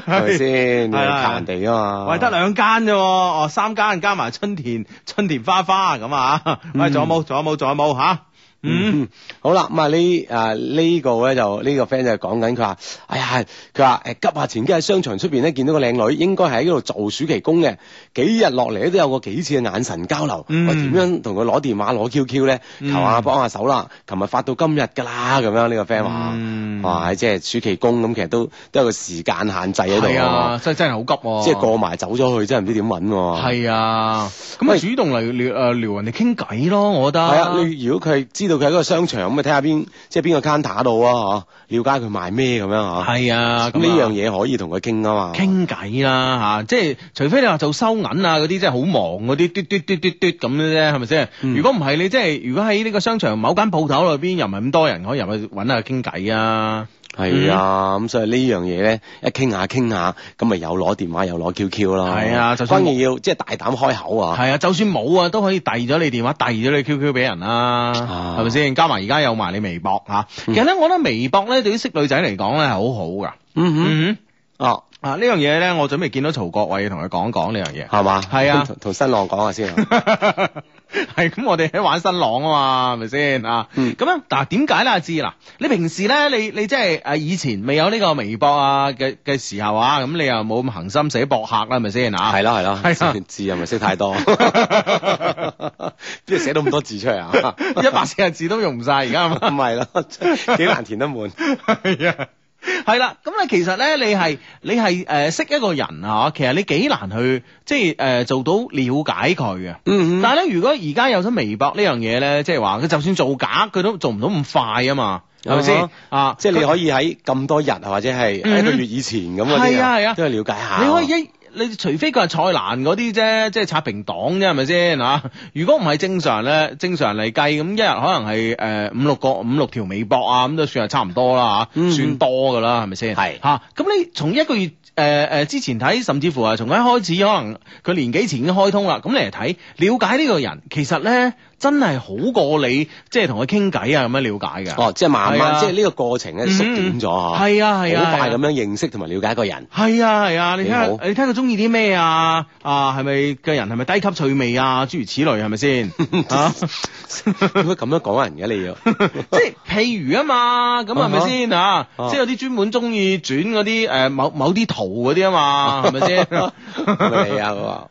Speaker 2: 係咪先？你
Speaker 4: 係
Speaker 2: 要
Speaker 4: 啊
Speaker 2: 靠人哋啊嘛。
Speaker 4: 喂，得兩間啫喎，哦，三間加埋春田春田花花咁啊，喂，仲有冇？仲有冇？仲有冇吓？嗯，
Speaker 2: 嗯，好啦，咁啊呢啊呢個咧就呢個 friend 就講緊佢話，哎呀，佢話誒急下前幾日喺商場出邊咧見到個靚女，應該係喺嗰度做暑期工嘅，幾日落嚟咧都有過幾次嘅眼神交流，
Speaker 4: 嗯
Speaker 2: 喂點樣同佢攞電話攞 QQ 咧？求下幫下手啦，琴日發到今日㗎啦，咁樣呢個 friend 話
Speaker 4: 嗯，
Speaker 2: 哇，即係暑期工咁，其實都都有個時間限制喺度
Speaker 4: 係
Speaker 2: 喎
Speaker 4: 啊，，真真係好急喎，
Speaker 2: 即係過埋走咗去，真係唔知點揾喎。
Speaker 4: 係啊，咁啊
Speaker 2: 喂
Speaker 4: 主動嚟撩誒撩人哋傾偈咯，我覺得
Speaker 2: 係啊，你如果佢係知道佢喺嗰個商場咁，咪睇下邊即係邊個 counter 度啊，嗬，了解佢賣咩咁樣嗬。
Speaker 4: 係啊，
Speaker 2: 咁
Speaker 4: 咁
Speaker 2: 呢
Speaker 4: 啊
Speaker 2: 樣嘢可以同佢傾啊嘛。
Speaker 4: 傾偈啦嚇，即係除非你話做收銀啊嗰啲，真係好忙嗰啲，嘟嘟嘟嘟嘟咁嘅啫，係咪先？
Speaker 2: 嗯
Speaker 4: 如果唔係你即係如果喺呢個商場某間鋪頭裏邊，又唔係咁多人，可以入去揾下傾偈啊。
Speaker 2: 係
Speaker 4: 嗯
Speaker 2: 啊，咁所以呢樣嘢咧，一傾下傾下，咁咪有攞電話有攞 QQ 咯。
Speaker 4: 係啊就算
Speaker 2: 關鍵要即係大膽開口啊。
Speaker 4: 係啊，就算冇啊，都可以遞咗你電話，遞咗你 QQ 俾人啦，
Speaker 2: 啊嗯
Speaker 4: 係咪先？加埋而家有埋你微博嚇、其實咧，我覺得微博咧對於識女仔嚟講咧係好好噶。
Speaker 2: 嗯哼，
Speaker 4: 嗯
Speaker 2: 哦，
Speaker 4: 哼，啊呢樣嘢咧，我準備見到曹國偉同佢講一講呢樣嘢。
Speaker 2: 係嘛？
Speaker 4: 係啊
Speaker 2: 同同新浪講下先啊。
Speaker 4: 係咁，我哋喺玩新浪啊嘛，係咪先啊？
Speaker 2: 嗯
Speaker 4: 咁樣嗱，點解咧？阿志嗱，你平時咧，你你即係誒以前未有呢個微博啊嘅嘅時候啊，咁你又冇咁恒心寫博客啦，係咪先啊？
Speaker 2: 係啦係啦，
Speaker 4: 係啊
Speaker 2: 字又咪識 太多， 邊度寫到咁多字出嚟啊？
Speaker 4: 一百四十字都用唔晒，而家係嘛
Speaker 2: 唔係啦，幾難填得滿。
Speaker 4: 係啊。係啦，咁咧其實咧，你係你係誒、呃、識一個人啊，其實你幾難去即係誒、呃做到了解佢嘅。
Speaker 2: 嗯
Speaker 4: 但係咧，如果而家有咗微博呢樣嘢咧，即係話佢就算造假，佢都做唔到咁快啊嘛，係咪
Speaker 2: 啊
Speaker 4: 先
Speaker 2: 哈
Speaker 4: 啊？
Speaker 2: 即係你可以喺咁多日或者係
Speaker 4: 嗯
Speaker 2: 一個月以前咁嗰啲
Speaker 4: 係啊係啊
Speaker 2: 都去了解下。
Speaker 4: 你可以一。你除非佢係蔡瀾嗰啲啫，即係刷屏黨啫，係咪先嚇？如果唔係正常咧，正常嚟計咁一日可能係誒五六個五六條微博啊，咁都算係差唔多啦嚇，
Speaker 2: 嗯
Speaker 4: 算多噶啦，係咪先？
Speaker 2: 係
Speaker 4: 嚇，咁你從一個月誒誒、呃之前睇，甚至乎係從一開始可能佢年幾前已經開通啦，咁你嚟睇了解呢個人，其實咧真係好過你即係同佢傾偈啊咁樣了解嘅。
Speaker 2: 哦，即係慢
Speaker 4: 係啊
Speaker 2: 慢，即係呢個過程咧縮短咗哦
Speaker 4: 係啊係啊，
Speaker 2: 好快
Speaker 4: 係啊
Speaker 2: 咁樣認識同埋了解一個人。
Speaker 4: 係啊係啊，你睇下
Speaker 2: 幾好
Speaker 4: 你睇佢中中意啲咩啊？啊，係咪嘅人係咪低級趣味啊？諸如此類係咪 先？啊，
Speaker 2: 點解咁樣講人嘅你要？
Speaker 4: 即係譬如啊嘛，咁係咪先啊？即係有啲專門中意轉嗰啲誒某某啲圖嗰啲啊嘛，係咪 先？
Speaker 2: 咪你啊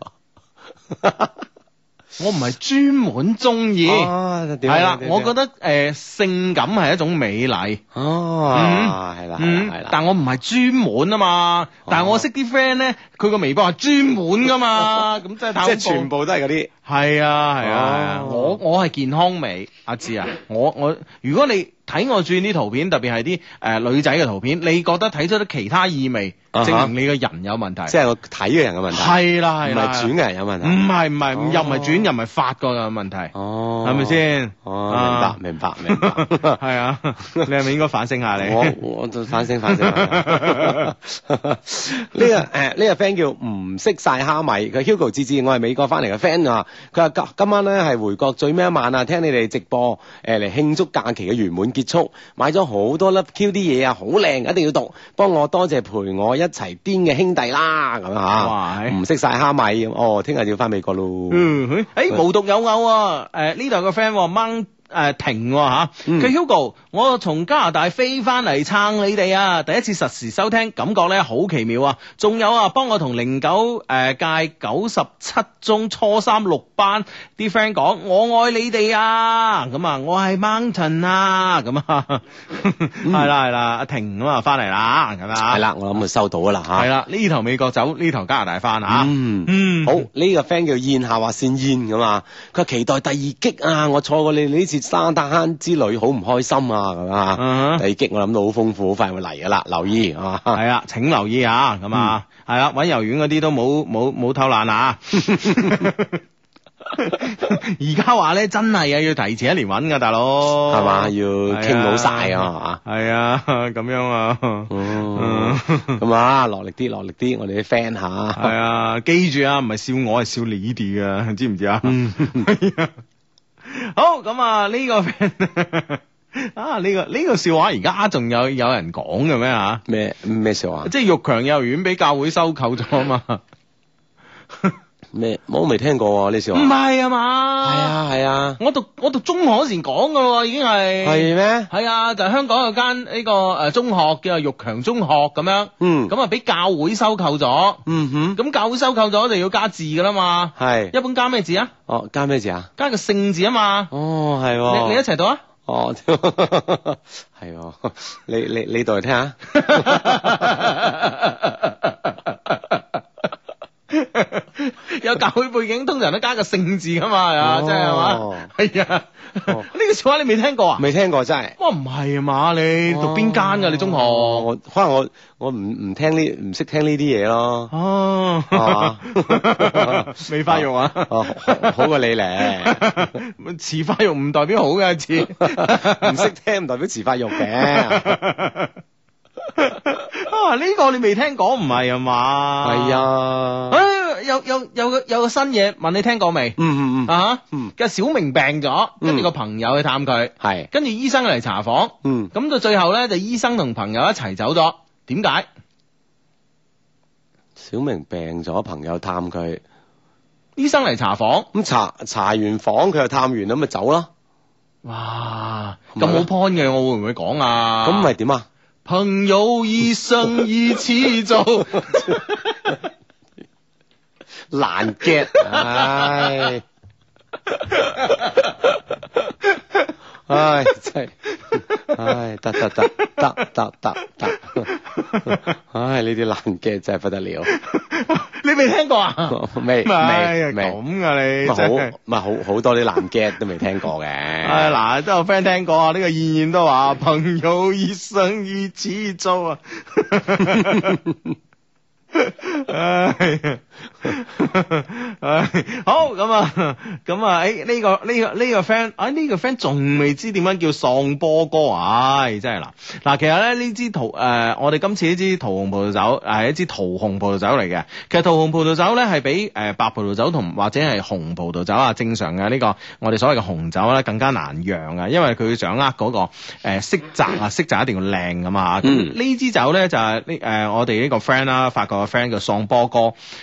Speaker 4: 我唔係專門中意，
Speaker 2: 佢
Speaker 4: 係
Speaker 2: 話，係
Speaker 4: 啦，我覺得誒性感係一種美麗。
Speaker 2: 哦，係啦，係
Speaker 4: 嗯
Speaker 2: 啦，哦係，啦，
Speaker 4: 但我唔係專門啊嘛，但係我識啲 friend 咧，佢個微博係專門噶 嘛，咁真係太
Speaker 2: 即
Speaker 4: 恐怖
Speaker 2: 係全部都係嗰啲。
Speaker 4: 係啊係啊，係啊
Speaker 2: 哦
Speaker 4: 我我係健康美，阿志啊，我我如果你睇我轉啲圖片，特別係啲誒女仔嘅圖片，你覺得睇出啲其他意味，
Speaker 2: 啊哈
Speaker 4: 證明你個人有問題。
Speaker 2: 即係我睇嘅人嘅問題，
Speaker 4: 係啦係
Speaker 2: 唔
Speaker 4: 啦，嗯
Speaker 2: 係轉嘅人有問題。
Speaker 4: 唔係唔係
Speaker 2: 哦
Speaker 4: 又唔係轉又唔係發個嘅問題，
Speaker 2: 哦，
Speaker 4: 係咪？先？啊
Speaker 2: 哦，明白，明白，明白。
Speaker 4: 係啊，你係咪應該反省下啊你？
Speaker 2: 我我就反 省反省。呢個誒呢個 friend 叫唔識晒蝦米，佢 Hugo 志志，我係美國翻嚟嘅 friend 啊。佢話今今晚咧係回國最尾一晚啊，聽你哋直播誒嚟慶祝假期嘅圓滿結束，買咗好多粒 Q 啲嘢啊，好靚，一定要讀。幫我多謝陪我一齊癲嘅兄弟啦，咁啊
Speaker 4: 哇
Speaker 2: 嚇。
Speaker 4: 係
Speaker 2: 唔識晒蝦米，哦，聽日要翻美國咯。
Speaker 4: 嗯，誒無獨有偶啊！誒呢度有個 friend 喎掹誒停喎嚇，
Speaker 2: 嗯
Speaker 4: 佢 Hugo，我從加拿大飛翻嚟撐你哋啊！第一次實時收聽，感覺咧好奇妙啊！仲有啊，幫我同零九誒屆九十七中初三六班啲 friend 講，我愛你哋啊！咁啊，我係 Mountain 啊！咁啊，係啦係啦，阿婷咁啊翻嚟啦，咁啊
Speaker 2: 嗯係，啦，我諗佢收到㗎啦嚇。
Speaker 4: 係啦，呢頭美國走，呢頭加拿大翻啊！
Speaker 2: 嗯
Speaker 4: 嗯
Speaker 2: 好呢、個 friend 叫燕下劃線燕咁啊，佢話期待第二擊啊！我錯過你呢次沙灘之旅，好唔開心啊咁啊！
Speaker 4: 嗯哼
Speaker 2: 第二擊我諗到好豐富，好快會嚟噶啦，留意啊！嗯
Speaker 4: 系啦，請留意啊，咁啊，係啦，搵游園嗰啲都冇冇冇偷懶 啊！而家話咧，真係啊，要提前一年搵噶，大佬
Speaker 2: 係嘛，要傾好晒啊，係嘛
Speaker 4: 嘛，係啊，咁樣啊，
Speaker 2: 哦，
Speaker 4: 嗯
Speaker 2: 咁啊，落力啲，落力啲，我哋啲 friend 吓，
Speaker 4: 係啊，記住啊，唔係笑我，係笑你哋啊，知唔知啊？
Speaker 2: 嗯
Speaker 4: 係啊 好，咁啊，呢個 friend 啊，呢個呢個笑話而家仲有有人講嘅咩啊？
Speaker 2: 咩咩笑話？
Speaker 4: 即係玉強幼兒園俾教會收購咗啊嘛。
Speaker 2: 咩我都未聽過喎呢笑
Speaker 4: 唔
Speaker 2: 話，
Speaker 4: 係啊
Speaker 2: 係
Speaker 4: 嘛，，
Speaker 2: 啊係啊，
Speaker 4: 我讀我讀中學嗰時講噶咯，已經係
Speaker 2: 係咩？
Speaker 4: 係啊，就係香港有間呢個誒中學叫做玉強中學咁樣，
Speaker 2: 嗯
Speaker 4: 咁啊俾教會收購咗，
Speaker 2: 嗯哼，
Speaker 4: 咁教會收購咗就要加字噶啦嘛，
Speaker 2: 係
Speaker 4: 一般加咩字啊？
Speaker 2: 哦加咩字啊？
Speaker 4: 加個姓字啊嘛，
Speaker 2: 哦係喎，
Speaker 4: 你你一齊讀啊？
Speaker 2: 哦， 係喎，你你你度嚟聽啊 下。
Speaker 4: 有教會背景，通常都加個姓字噶嘛，係啊，真係嘛
Speaker 2: 哦？
Speaker 4: 係啊，
Speaker 2: 哦
Speaker 4: 呢個笑話你未聽過啊？
Speaker 2: 未聽過真係。
Speaker 4: 哇，唔係啊嘛，你讀邊間噶？你中學？
Speaker 2: 哦我可能我我唔唔聽呢唔識聽呢啲嘢 咯。
Speaker 4: 哦
Speaker 2: 啊
Speaker 4: 未發育啊？
Speaker 2: 哦，好好過你咧，
Speaker 4: 遲發育唔代表好嘅，遲
Speaker 2: 唔識聽唔代表遲發育 嘅。
Speaker 4: 啊！呢個你未聽講唔係啊嘛？
Speaker 2: 係。啊，
Speaker 4: 誒，有有有個有個新嘢問你聽過未？
Speaker 2: 嗯嗯嗯，
Speaker 4: 啊
Speaker 2: 嗯，
Speaker 4: 嘅小明病咗，跟住
Speaker 2: 嗯
Speaker 4: 個朋友去探佢，
Speaker 2: 係，
Speaker 4: 跟住醫生嚟查房，
Speaker 2: 嗯，
Speaker 4: 咁到最後咧就醫生同朋友一齊走咗，點解？
Speaker 2: 小明病咗，朋友探佢，
Speaker 4: 醫生嚟查房。
Speaker 2: 咁查查完房佢又探完咁咪走啦，
Speaker 4: 哇，
Speaker 2: 係
Speaker 4: 咁
Speaker 2: 咪
Speaker 4: 冇 point 嘅，我會唔會講啊？
Speaker 2: 咁咪點啊？
Speaker 4: 朋友一生一起做，
Speaker 2: 難 get，唉，唉，真係，唉，得得得得得得得，唉，呢啲難 get 真係不得了，
Speaker 4: 你未聽過啊？
Speaker 2: 未
Speaker 4: 哎呀
Speaker 2: 未未，
Speaker 4: 咁噶你
Speaker 2: 咪好
Speaker 4: 真係。
Speaker 2: 咪好好多啲難 get 都未聽過
Speaker 4: 唉，
Speaker 2: 嘅，
Speaker 4: 嗱，都有 friend 聽過啊，呢個燕燕都話朋友一生一起做啊。唉，唉，好咁啊，咁啊，诶、呢、個呢、個呢、個 friend，啊呢、個 friend 仲未知點樣叫喪波哥，唉、真係嗱嗱，其實咧呢支桃诶、呃我哋今次呢支桃紅葡萄酒係一支桃紅葡萄酒嚟嘅，其實桃紅葡萄酒咧係比诶白葡萄酒同或者係紅葡萄酒啊正常嘅呢、個我哋所謂嘅紅酒咧更加難釀啊，因為佢要掌握嗰、個呃色澤啊，色澤一定要靚咁啊，咁
Speaker 2: 嗯
Speaker 4: 呃呢支酒咧就係呢誒我哋呢個 friend 啊啦，法國個 friend 叫喪波哥，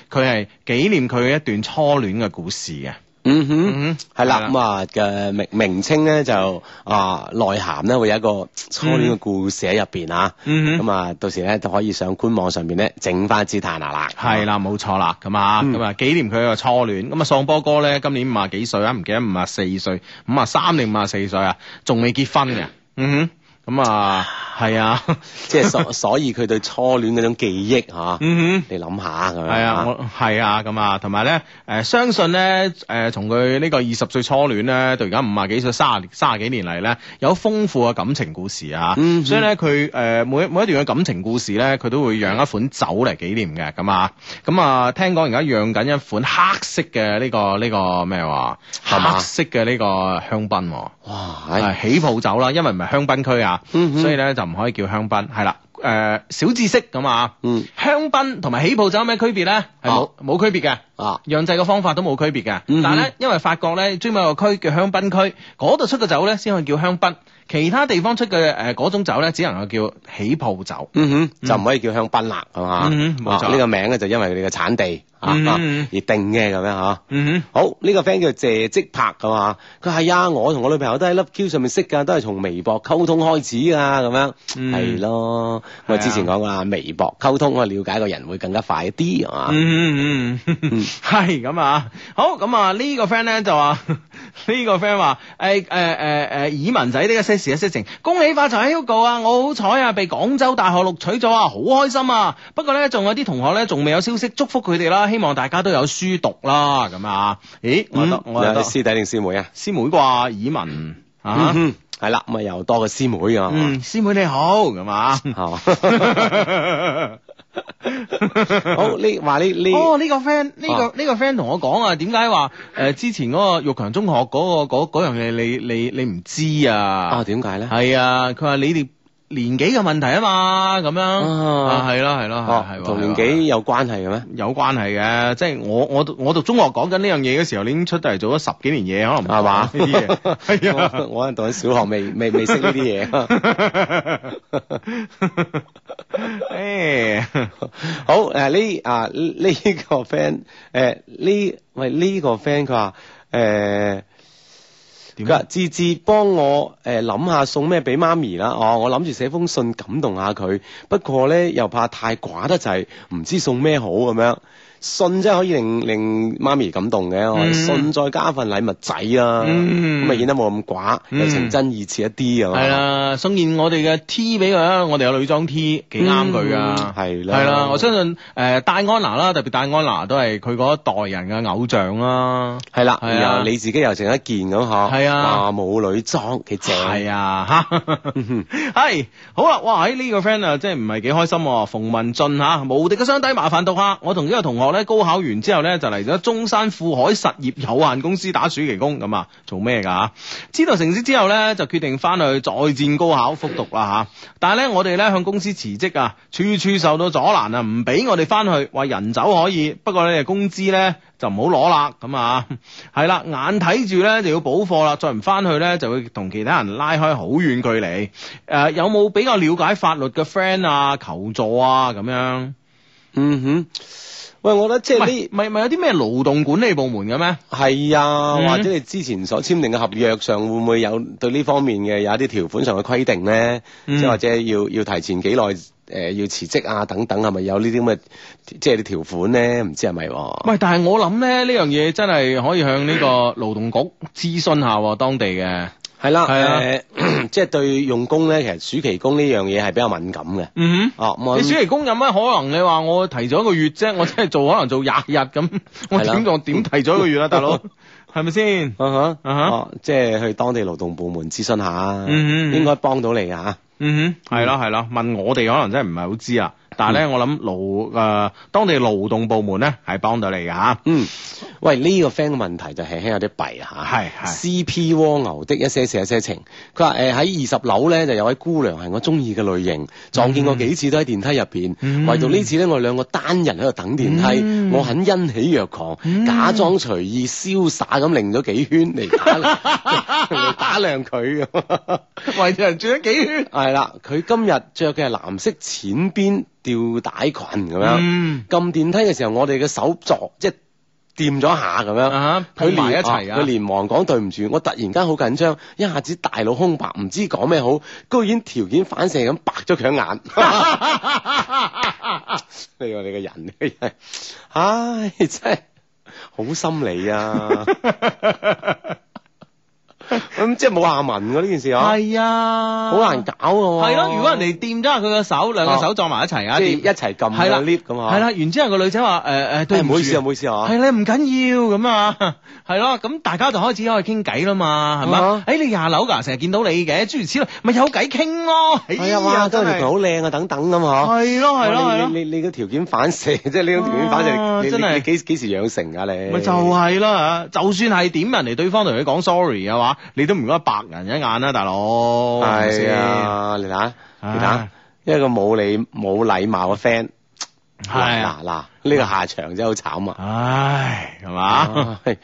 Speaker 4: 佢係紀念佢一段初戀嘅故事嘅。
Speaker 2: 嗯
Speaker 4: 嗯
Speaker 2: 哼，係
Speaker 4: 係啦
Speaker 2: 啦，咁啊嘅名名稱咧就啊內涵咧會有一個初戀嘅故事喺入邊啊，
Speaker 4: 嗯
Speaker 2: 咁啊到時咧就可以上官網上邊咧整翻支彈牙啦，
Speaker 4: 係啦，冇錯啦，咁啊，
Speaker 2: 嗯
Speaker 4: 咁啊，紀念佢嘅初戀。咁啊，喪波哥咧，今年五啊幾歲啊？唔記得五啊四歲，五啊三定五啊四歲啊？仲未結婚嘅。嗯哼，咁啊，係啊，
Speaker 2: 即係所 所以佢對初戀嗰種記憶嚇，啊
Speaker 4: 嗯哼。
Speaker 2: 你諗下咁樣
Speaker 4: 係啊，
Speaker 2: 啊，
Speaker 4: 我係啊，咁啊，同埋咧，誒、相信咧，誒、從佢呢個二十歲初戀咧，到而家五啊幾歲、三啊三啊幾年嚟咧，有豐富嘅感情故事啊，
Speaker 2: 嗯
Speaker 4: 所以咧，佢誒、每一每一段嘅感情故事咧，佢都會釀一款酒嚟紀念嘅，咁啊，咁啊，聽講而家釀緊一款黑色嘅呢、個呢、個咩話，
Speaker 2: 係嘛
Speaker 4: 黑色嘅呢個香檳喎、
Speaker 2: 哇，
Speaker 4: 係
Speaker 2: 係
Speaker 4: 起泡酒啦，因為唔係香檳區啊，
Speaker 2: 嗯哼
Speaker 4: 所以咧就唔可以叫香檳，係啦，誒、小知識咁啊，
Speaker 2: 嗯
Speaker 4: 香檳同埋起泡酒有咩區別咧？係冇
Speaker 2: 哦
Speaker 4: 冇區別嘅。
Speaker 2: 啊，
Speaker 4: 釀製嘅方法都冇區別嘅，
Speaker 2: 嗯哼
Speaker 4: 但係咧，因為法國咧專門有個區叫香檳區，嗰度出嘅酒咧先可以叫香檳，其他地方出嘅誒嗰種酒咧，只能夠叫起泡酒。
Speaker 2: 嗯哼，就唔可以叫香檳啦，係嘛，
Speaker 4: 嗯哼冇錯
Speaker 2: 啊呢個名咧就因為佢哋嘅產地啊
Speaker 4: 嗯
Speaker 2: 啊
Speaker 4: 嗯
Speaker 2: 而定嘅咁樣啊嚇。
Speaker 4: 嗯
Speaker 2: 好呢、個 friend 叫謝積柏噶嘛，佢係啊，我同我女朋友都喺 Love Q 上面識噶，都係從微博溝通開始噶，咁樣
Speaker 4: 嗯啊
Speaker 2: 係咯。我之前講過啦，微博溝通我了解個人會更加快啲，
Speaker 4: 哼，
Speaker 2: 係嘛？
Speaker 4: 嗯嗯嗯，係咁啊，好咁啊，呢個 friend 咧就話呢個 friend 話誒誒誒誒耳文仔呢個一些事一些情，恭喜發財 Hugo 啊！我好彩啊，被廣州大學錄取咗啊，好開心啊！不過咧，仲有啲同學咧仲未有消息，祝福佢哋啦，希望大家都有書讀啦，咁啊，咦，我覺得我覺
Speaker 2: 你
Speaker 4: 得。
Speaker 2: 嗯師弟定師妹啊？
Speaker 4: 師妹啩，耳文
Speaker 2: 嗯
Speaker 4: 啊，
Speaker 2: 哼，係啦，咁啊又多個師妹啊，
Speaker 4: 嗯，師妹你好，咁啊，
Speaker 2: 係嘛？好呢話呢呢
Speaker 4: 哦，呢個 friend 呢
Speaker 2: 啊
Speaker 4: 個呢個 friend 同我講啊，點解 話誒之前嗰個玉強中學嗰個嗰嗰樣嘢你你你唔知
Speaker 2: 啊
Speaker 4: 啊？
Speaker 2: 點解咧？
Speaker 4: 係啊，佢話你哋年紀嘅問題啊嘛，咁樣
Speaker 2: 啊
Speaker 4: 啊係咯係咯
Speaker 2: 哦
Speaker 4: 係喎
Speaker 2: 同年
Speaker 4: 係喎
Speaker 2: 紀有關係嘅咩？
Speaker 4: 有關係嘅，即係我我讀我讀中學講緊呢樣嘢嘅時候，你已經出嚟做咗十幾年嘢，可能唔
Speaker 2: 係嘛
Speaker 4: 講呢啲嘢，係啊。
Speaker 2: 我我讀緊小學未未未識呢啲嘢。
Speaker 4: 诶，
Speaker 2: 好誒呢啊呢個 friend 誒呢喂呢個 friend 佢話誒
Speaker 4: 點啊
Speaker 2: 佢話志志幫我誒諗下送咩俾媽咪啦哦我諗住寫封信感動下佢不過咧又怕太寡得滯唔知送咩好咁樣信真係可以令令媽咪感動嘅我話
Speaker 4: 嗯
Speaker 2: 信再加份禮物仔啦
Speaker 4: 嗯
Speaker 2: 咁咪顯得冇咁寡又
Speaker 4: 嗯
Speaker 2: 情真意切一啲啊嘛
Speaker 4: 係啦，送件我哋嘅 T 俾佢啦，我哋有女裝 T，幾啱佢噶
Speaker 2: 嗯，係啦
Speaker 4: 係啦，我相信诶戴安娜啦，特別戴安娜都係佢嗰一代人嘅偶像啦，
Speaker 2: 係啦，
Speaker 4: 係啊
Speaker 2: 然後你自己又成一件咁嗬，
Speaker 4: 係啊
Speaker 2: 哇冇女裝幾正，
Speaker 4: 係啊，吓，係好啦，哇！喺呢個 friend 啊，真係唔係幾開心喎。馮文俊吓，無敵嘅雙低，麻煩讀下。我同呢個同學咧，高考完之後咧，就嚟咗中山富海實業有限公司打暑期工咁啊，做咩㗎吓？知道成績之後咧，就決定翻去再戰高考復讀啦吓。但係咧，我哋咧向公司辭職啊，處處受到阻攔啊，唔俾我哋翻去，話人走可以，不過咧工資咧就唔好攞啦咁啊。係啦，眼睇住咧就要補課啦，再唔翻去咧就會同其他人拉開好遠距離。誒、有冇比較了解法律嘅 friend 啊，求助啊咁樣？
Speaker 2: 嗯哼，喂，我覺得即
Speaker 4: 唔
Speaker 2: 係
Speaker 4: 係
Speaker 2: 呢。
Speaker 4: 唔係唔係有啲咩勞動管理部門嘅咩？
Speaker 2: 係啊，
Speaker 4: 嗯
Speaker 2: 或者你之前所簽訂嘅合約上，會唔會有對呢方面嘅有一啲條款上嘅規定咧？
Speaker 4: 嗯
Speaker 2: 即係或者要要提前幾耐誒要辭職啊等等，係咪有呢啲咁嘅即係啲條款咧？唔知係咪哦喎？
Speaker 4: 喂，但係我諗咧呢樣嘢真係可以向呢個勞動局諮詢下喎、當地嘅。
Speaker 2: 係啦，
Speaker 4: 係啊
Speaker 2: 誒，即係對用工咧，其實暑期工呢樣嘢係比較敏感嘅。
Speaker 4: 嗯哼。
Speaker 2: 哦，咁我
Speaker 4: 你暑期工有乜可能？你話我提早一個月啫，我真係做可能做廿日咁，我
Speaker 2: 係啦
Speaker 4: 點我點提早一個月啊，大 佬？係咪先？
Speaker 2: 啊哈，
Speaker 4: 啊哈
Speaker 2: 哦，即係去當地勞動部門諮詢下，
Speaker 4: 嗯嗯嗯
Speaker 2: 應該幫到你啊。
Speaker 4: 嗯哼，係啦係啦，問我哋可能真係唔係好知啊，但係咧我諗勞誒當地勞動部門咧係幫到你嘅 嚇。
Speaker 2: 嗯，喂，呢、個 friend 嘅問題就輕輕有啲弊啦嚇，
Speaker 4: 係係
Speaker 2: C.P. 蝸牛的一些事一些情，佢話誒喺二十樓咧就有位姑娘係我中意嘅類型，撞見過幾次都喺電梯入邊，
Speaker 4: 嗯
Speaker 2: 唯獨呢次咧我哋兩個單人喺度等電梯，
Speaker 4: 嗯
Speaker 2: 我很欣喜若狂，
Speaker 4: 嗯
Speaker 2: 假裝隨意瀟灑咁擰咗幾圈嚟打 嚟打量佢咁。
Speaker 4: 圍住人轉咗幾圈。
Speaker 2: 係啦，佢今日着嘅係藍色淺邊吊帶裙咁樣。
Speaker 4: 嗯，
Speaker 2: 撳電梯嘅時候，我哋嘅手作即係掂咗下咁
Speaker 4: 啊
Speaker 2: 樣。
Speaker 4: 哈，
Speaker 2: 佢
Speaker 4: 佢埋一
Speaker 2: 連
Speaker 4: 齊
Speaker 2: 啊佢
Speaker 4: 啊，
Speaker 2: 連忙講對唔住，我突然間好緊張，一下子大腦空白，唔知講咩好，居然條件反射咁白咗佢一眼。你話你個人，你個人， 唉，真係好心 理啊！咁即係冇下文㗎呢件事啊，
Speaker 4: 係啊，
Speaker 2: 好難搞㗎喎。
Speaker 4: 係咯，如果人哋掂咗下佢個手，兩個手撞埋一齊啊，
Speaker 2: 即係
Speaker 4: 掂
Speaker 2: 一齊撳
Speaker 4: 係啦
Speaker 2: 個 lift 咁啊，
Speaker 4: 係啦，，然之後個女仔話誒誒，對
Speaker 2: 唔
Speaker 4: 住
Speaker 2: 好意思啊，唔好意思啊，
Speaker 4: 係咧，唔緊要咁啊， 係咯，咁大家就開始可以傾偈啦嘛，係咪？誒
Speaker 2: 啊、
Speaker 4: 你廿樓㗎，成日見到你嘅，諸如此類，咪有偈傾咯。哎
Speaker 2: 係啊，哇，今日條裙好靚啊，等等咁啊。
Speaker 4: 係咯係咯
Speaker 2: 哇
Speaker 4: 係
Speaker 2: 你
Speaker 4: 咯，
Speaker 2: 你你你個條件反射， 即係呢種條件反
Speaker 4: 啊
Speaker 2: 射，你
Speaker 4: 真
Speaker 2: 你
Speaker 4: 係
Speaker 2: 你幾幾時養成啊你？
Speaker 4: 咪就係啦嚇，就算係點人哋對方同你講 sorry 嘅話，你都唔該白人一眼啦，大佬。係咪
Speaker 2: 係
Speaker 4: 先，
Speaker 2: 啊，你睇你睇
Speaker 4: 唉，
Speaker 2: 一個冇禮冇禮貌嘅 friend，
Speaker 4: 係啊
Speaker 2: 嗱，嗱嗱，呢個下場真係好慘啊！
Speaker 4: 唉，係 嘛？
Speaker 2: 唉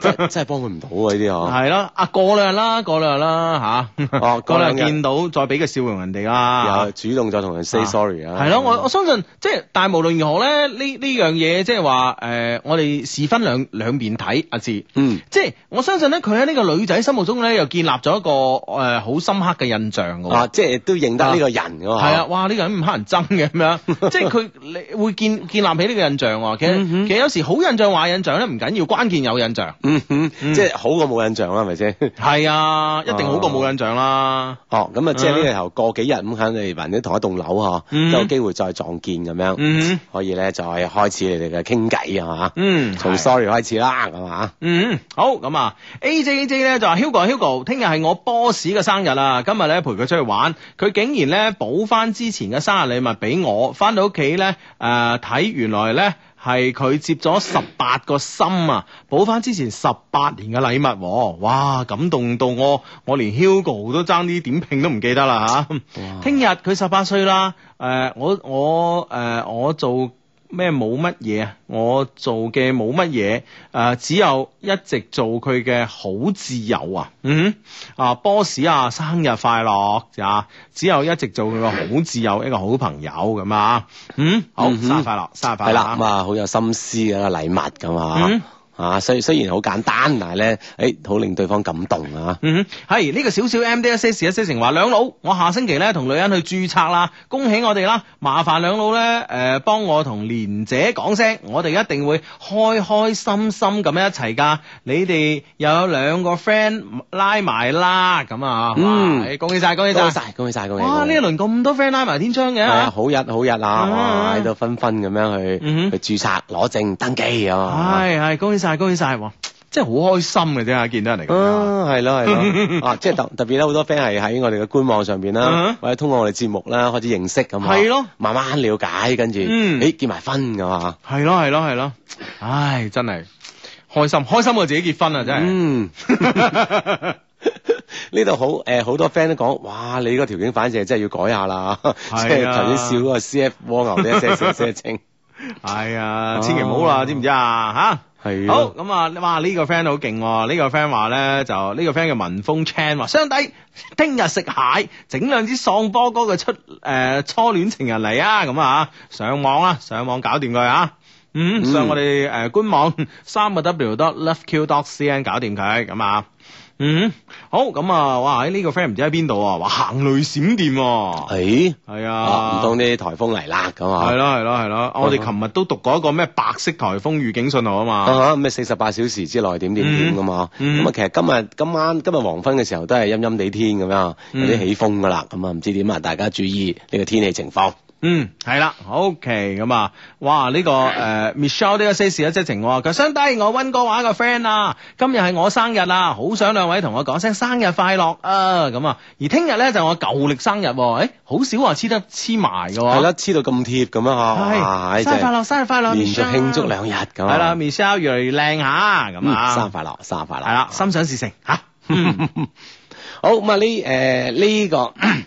Speaker 2: 真真係 幫佢唔到啊！呢啲嗬，
Speaker 4: 啊係咯，啊過兩日啦，過兩日啦嚇。
Speaker 2: 哦
Speaker 4: 過
Speaker 2: 過
Speaker 4: 兩
Speaker 2: 兩
Speaker 4: 日
Speaker 2: 日
Speaker 4: 見到再俾個笑容人哋啦。
Speaker 2: 又主動再同人 say sorry 啊！
Speaker 4: 係咯，我我相信即係，但係無論如何咧，呢呢樣嘢即係話誒，我哋事分兩兩面睇，阿志。
Speaker 2: 嗯
Speaker 4: 即係我相信咧，佢喺呢個女仔心目中咧，又建立咗一個誒好、深刻嘅印象㗎喎。
Speaker 2: 啊，即係都認得呢個人噶嘛，
Speaker 4: 係啊，哇！呢、個人唔乞人憎嘅咁 樣，即係佢你會建建立起呢個印象喎。其實、
Speaker 2: 嗯哼
Speaker 4: 其實有時好印象壞印象咧唔緊要，關鍵有印象。
Speaker 2: 嗯哼，
Speaker 4: 嗯
Speaker 2: 即係好過冇印象啦，係咪先？
Speaker 4: 係啊，一定好過冇印象啦。
Speaker 2: 哦，咁啊，即係呢
Speaker 4: 嗯
Speaker 2: 個頭過幾日咁，肯定人哋同一棟樓嗬，
Speaker 4: 嗯
Speaker 2: 都有機會再撞見咁樣，
Speaker 4: 嗯哼
Speaker 2: 可以咧再開始你哋嘅傾偈啊嘛，
Speaker 4: 嗯，
Speaker 2: 從
Speaker 4: 係
Speaker 2: sorry 開始啦，啊係嘛？
Speaker 4: 嗯，好咁啊，A J A J 咧就話 Hugo Hugo，聽日係我 boss 嘅生日啊，今日咧陪佢出去玩，佢竟然咧補翻之前嘅生日禮物俾我，翻到屋企咧誒睇原來咧係佢接咗十八個心啊，補翻之前十八年嘅禮物喎、哇感動到我，我連 Hugo 都爭啲點拼都唔記得啦吓，聽日佢十八歲啦，誒、我我誒、我做。咩冇乜嘢啊？我做嘅冇乜嘢，誒、只有一直做佢嘅好摯友啊，嗯哼啊 boss 啊，生日快樂啊！只有一直做佢嘅好摯友，一個好朋友咁啊，嗯，好，
Speaker 2: 嗯哼
Speaker 4: 生日快樂，生日快
Speaker 2: 係
Speaker 4: 樂
Speaker 2: 啦，
Speaker 4: 啊，
Speaker 2: 咁啊，好有心思嘅一個禮物咁
Speaker 4: 嗯
Speaker 2: 啊，啊，雖雖然好簡單，但係咧，誒，好令對方感動啊。
Speaker 4: 嗯哼，係呢、個少少 M D S S 一些情話兩老，我下星期咧同女人去註冊啦，恭喜我哋啦！麻煩兩老咧誒、呃、幫我同蓮姐講聲，我哋一定會開開心心咁樣一齊噶。你哋又有兩個 friend 拉埋啦，咁啊，
Speaker 2: 嗯
Speaker 4: 哇哎恭喜晒，恭喜
Speaker 2: 恭喜
Speaker 4: 晒！
Speaker 2: 晒，恭喜晒，恭喜！
Speaker 4: 哇！呢一輪咁多 friend 拉埋天窗嘅、
Speaker 2: 係啊，好日好日啊，
Speaker 4: 啊
Speaker 2: 哇，喺度紛紛咁
Speaker 4: 嗯
Speaker 2: 樣
Speaker 4: 哼
Speaker 2: 去去註冊攞證登記啊嘛。
Speaker 4: 係係恭喜晒，恭喜晒！哇，真係好開心嘅啫，見到人哋咁樣。
Speaker 2: 啊，係咯 係咯，啊，即係特特別咧，好多 friend 係喺我哋嘅官網上邊
Speaker 4: 嗯
Speaker 2: 啦，或者通過我哋節目啦開始認識咁啊，
Speaker 4: 係咯，
Speaker 2: 慢慢了解，跟住，
Speaker 4: 嗯
Speaker 2: 誒結埋婚啊噶嘛，
Speaker 4: 係咯係咯係咯，唉，真係開心，開心過自己結婚啊，真係。
Speaker 2: 嗯。 呢度好誒，好、多 friend 都講，哇！你個條件反射真係要改下啦，即
Speaker 4: 啊
Speaker 2: 係頭先笑嗰個 CF 蝸牛呢一些事一些情，
Speaker 4: 係啊，千祈唔好啦，
Speaker 2: 啊
Speaker 4: 知唔知啊？吓，
Speaker 2: 係啊
Speaker 4: 好咁啊！哇，呢個 friend 好勁喎，呢個 friend 話咧就呢個 friend 叫文風 Chan 話，相弟聽日食蟹，整兩支喪波哥嘅出誒初戀情人嚟啊！咁啊，上網啦，上網搞掂佢啊！嗯，
Speaker 2: 嗯
Speaker 4: 上我哋誒官網 三個 W dot loveq dot cn 搞掂佢咁啊。嗯，好咁啊！哇，呢個 friend 唔知喺邊度啊？哇，行雷閃電喎，
Speaker 2: 誒、
Speaker 4: 係
Speaker 2: 啊
Speaker 4: 啊，
Speaker 2: 唔通啲颱風嚟啦咁
Speaker 4: 係
Speaker 2: 啊？
Speaker 4: 咯係咯係咯，我哋琴日都讀過一個咩白色颱風預警信號啊嘛。
Speaker 2: 啊咩四十八小時之內點點點咁啊？咁啊、
Speaker 4: 嗯
Speaker 2: 其實今日今晚今日黃昏嘅時候都係陰陰地天咁樣，有啲
Speaker 4: 嗯
Speaker 2: 起風噶啦，咁啊唔知點啊？大家注意呢個天氣情況。
Speaker 4: 嗯，係啦，OK 咁啊，哇！呢、個誒、呃 Michelle 呢個 s a s 一即情喎，佢相低我温哥華個 friend 啊，今日係我生日啊，好想兩位同我講聲生日快樂啊咁啊，而聽日咧就我舊歷生日喎、誒好少話黐得黐埋嘅喎，
Speaker 2: 係啦，黐到咁貼咁樣啊！
Speaker 4: 哦係，
Speaker 2: 唉
Speaker 4: 生日快樂，
Speaker 2: 真
Speaker 4: 生日快樂，
Speaker 2: 係連續
Speaker 4: Michelle
Speaker 2: 慶祝兩日咁啊！
Speaker 4: 係啦，Michelle 越嚟越靚下咁
Speaker 2: 嗯，
Speaker 4: 啊，
Speaker 2: 生日快樂，生日快樂！
Speaker 4: 係 啦，心想事成嚇。嗯
Speaker 2: 好咁啊！呢誒呢個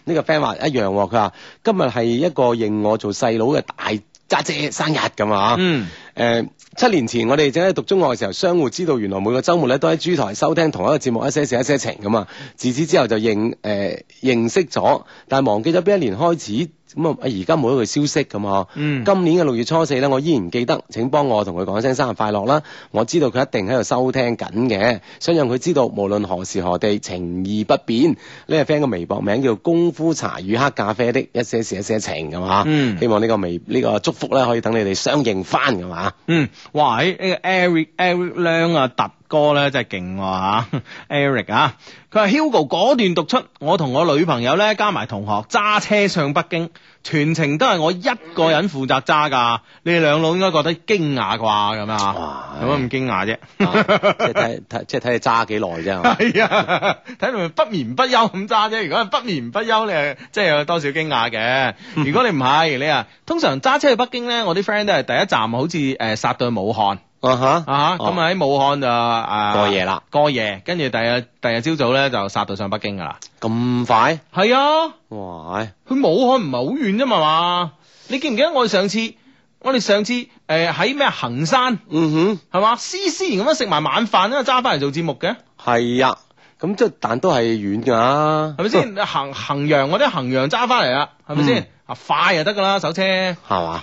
Speaker 2: 呢個 friend 話一樣喎，佢話今日係一個認我做細佬嘅大家姐生日咁啊！誒、
Speaker 4: 嗯
Speaker 2: 七年前我哋正喺讀中學嘅時候，相互知道原來每個週末咧都喺珠台收聽同一個節目一些事呃一些情咁啊！自此之後就認誒、認識咗，但係忘記咗邊一年開始咁啊，而家冇一句消息咁嗬。
Speaker 4: 嗯
Speaker 2: 今年嘅六月初四咧，我依然記得，請幫我同佢講聲生日快樂啦！我知道佢一定喺度收聽緊嘅，想讓佢知道無論何時何地情意不變。呢個 friend 嘅微博名叫功夫茶與黑咖啡的一些事一些情咁啊嘛，
Speaker 4: 嗯
Speaker 2: 希望呢個微呢、個祝福咧可以等你哋相應翻咁 嘛。啊
Speaker 4: 嗯，哇！喺呢個 Eric Eric 亮啊，特哥咧真係勁喎嚇 Eric 啊，佢話 Hugo 果斷讀出，我同我女朋友咧加埋同學揸車上北京，全程都係我一個人負責揸㗎。你哋兩老應該覺得驚訝啩咁啊
Speaker 2: 哇？
Speaker 4: 有乜咁驚訝啫？
Speaker 2: 啊即係睇睇，即係睇你揸幾耐啫。係嘛
Speaker 4: 係啊，睇到咪不眠不休咁揸啫。如果係不眠不休，你係即係有多少驚訝嘅。
Speaker 2: 嗯
Speaker 4: 如果你唔係，你啊通常揸車去北京咧，我啲 friend 都係第一站好似誒殺到去武漢。
Speaker 2: 啊哈
Speaker 4: 啊，咁啊喺武漢就啊
Speaker 2: 過夜啦，
Speaker 4: 過夜，跟住第日第日朝早咧就殺到上北京噶啦。
Speaker 2: 咁快？
Speaker 4: 係啊，
Speaker 2: 哇！唉
Speaker 4: 去武漢唔係好遠啫嘛嘛。你記唔記得我哋上次，我哋上次誒喺咩衡山
Speaker 2: 嗯
Speaker 4: 係嘛，斯斯然咁樣食埋晚飯咧，揸翻嚟做節目嘅，
Speaker 2: 哼，係啊。咁即係但都係遠㗎，
Speaker 4: 係咪？ 先？衡衡陽我啲衡陽揸翻嚟啦，係咪先
Speaker 2: 嗯？
Speaker 4: 啊快就得噶啦，手車。
Speaker 2: 係 嘛？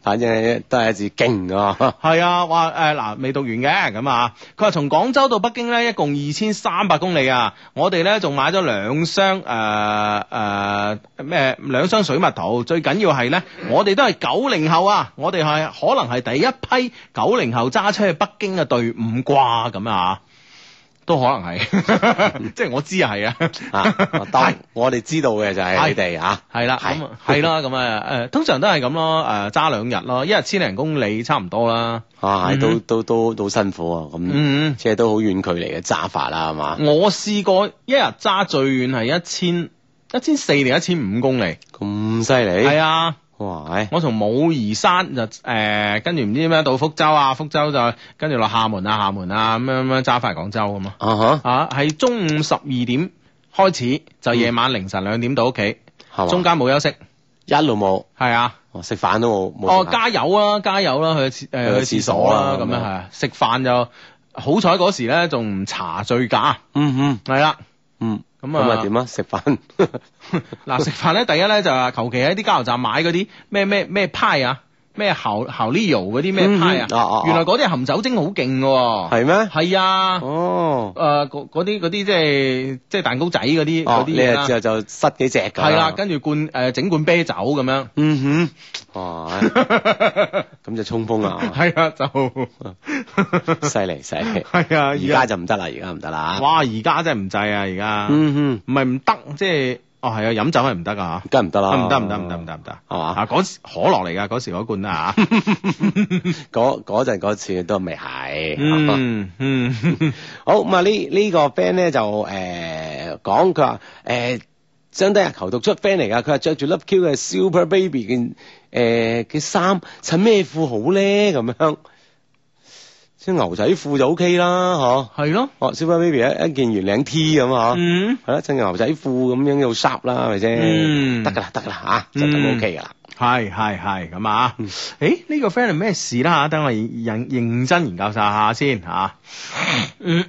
Speaker 2: 反正都係一字勁啊！
Speaker 4: 係啊，話誒嗱未讀完嘅咁啊，佢話從廣州到北京咧，一共二千三百公里啊！我哋咧仲買咗兩箱誒誒咩兩箱水蜜桃，最緊要係咧，我哋都係九零後啊！我哋係可能係第一批九零後揸車去北京嘅隊伍啩咁啊！都可能 係，即係我知係啊，
Speaker 2: 啊，當我哋知道嘅就係你哋啊，
Speaker 4: 係啦，
Speaker 2: 係
Speaker 4: 咁啊係啦，咁啊誒，通常都係咁咯，誒、揸兩日咯，一日千零公里差唔多啦，
Speaker 2: 啊，都
Speaker 4: 嗯
Speaker 2: 都都都辛苦啊，咁
Speaker 4: 嗯。
Speaker 2: 即係都好遠距離嘅揸法啦，係嘛？
Speaker 4: 我試過一日揸最遠係一千一千四定一千五公里，
Speaker 2: 咁犀
Speaker 4: 係
Speaker 2: 利，
Speaker 4: 啊！
Speaker 2: 哇！唉
Speaker 4: 我從武夷山就誒跟住唔知咩到福州啊，福州就跟住落廈門啊，廈門啊咁樣咁樣揸翻嚟廣州咁啊！
Speaker 2: 啊哈，
Speaker 4: 啊，係中午十二點開始，就夜晚凌晨兩點到屋企，
Speaker 2: 係嘛？
Speaker 4: 中間冇休息，
Speaker 2: 一路冇，
Speaker 4: 係啊！
Speaker 2: 哦食飯都冇，冇
Speaker 4: 哦
Speaker 2: 食，飯
Speaker 4: 加油啊，加油啦，去廁誒
Speaker 2: 去
Speaker 4: 去
Speaker 2: 廁
Speaker 4: 廁所啦，咁
Speaker 2: 所啦
Speaker 4: 樣
Speaker 2: 咁樣
Speaker 4: 係啊食飯就好彩嗰時咧仲唔查醉駕，
Speaker 2: 嗯嗯
Speaker 4: 係啦。
Speaker 2: 嗯，
Speaker 4: 咁
Speaker 2: 咁
Speaker 4: 啊
Speaker 2: 啊點啊？食飯
Speaker 4: 嗱，食飯咧，第一咧就係求其喺啲加油站買嗰啲咩咩咩派啊，咩蚝蚝呢油嗰啲咩派啊
Speaker 2: 嗯嗯啊啊啊，
Speaker 4: 原來嗰啲係含酒精好勁嘅喎。
Speaker 2: 係咩？
Speaker 4: 係啊，
Speaker 2: 哦，
Speaker 4: 誒嗰嗰啲嗰啲即係即係蛋糕仔嗰啲
Speaker 2: 哦
Speaker 4: 嗰
Speaker 2: 你
Speaker 4: 啲嘢
Speaker 2: 啊
Speaker 4: 啦，
Speaker 2: 就就塞幾隻㗎，
Speaker 4: 係啦，跟住灌誒整罐啤酒咁樣，
Speaker 2: 嗯 哼，哇！唉咁就衝鋒 啦，
Speaker 4: 係 啊就
Speaker 2: 犀利犀利，
Speaker 4: 係啊，
Speaker 2: 而家就唔得啦，而家唔得啦，
Speaker 4: 哇而家真係唔制啊而家，
Speaker 2: 嗯
Speaker 4: 唔
Speaker 2: 哼，
Speaker 4: 係唔得，即係哦係啊飲酒係唔得噶
Speaker 2: 梗係唔得
Speaker 4: 嚇，啊
Speaker 2: 啦，
Speaker 4: 唔得唔得唔得唔得唔得。
Speaker 2: 哦係嘛？
Speaker 4: 啊！嗰時可樂嚟㗎，嗰時嗰罐啊嚇，
Speaker 2: 嗰嗰陣嗰次都未係。
Speaker 4: 嗯嗯。
Speaker 2: 好咁啊！呢呢個 friend 咧就誒講佢話誒，張低日求讀出 friend 嚟㗎，佢話着住 Love Q 嘅 Super Baby 嘅誒嘅衫，襯咩褲好咧？咁樣即係牛仔褲就 OK 啦，嗬。
Speaker 4: 係咯，
Speaker 2: 哦，Super Baby 一一件圓領 T 咁嗬。
Speaker 4: 嗯，
Speaker 2: 係啦，襯件牛仔褲咁樣又 sharp 啦，係咪
Speaker 4: 嗯
Speaker 2: 先？得㗎啦，得㗎啦嚇，就咁
Speaker 4: 嗯
Speaker 2: OK 㗎啦。
Speaker 4: 係係係咁啊，誒呢個 friend 係咩事啦嚇？等我認認真研究晒下先嚇。嗯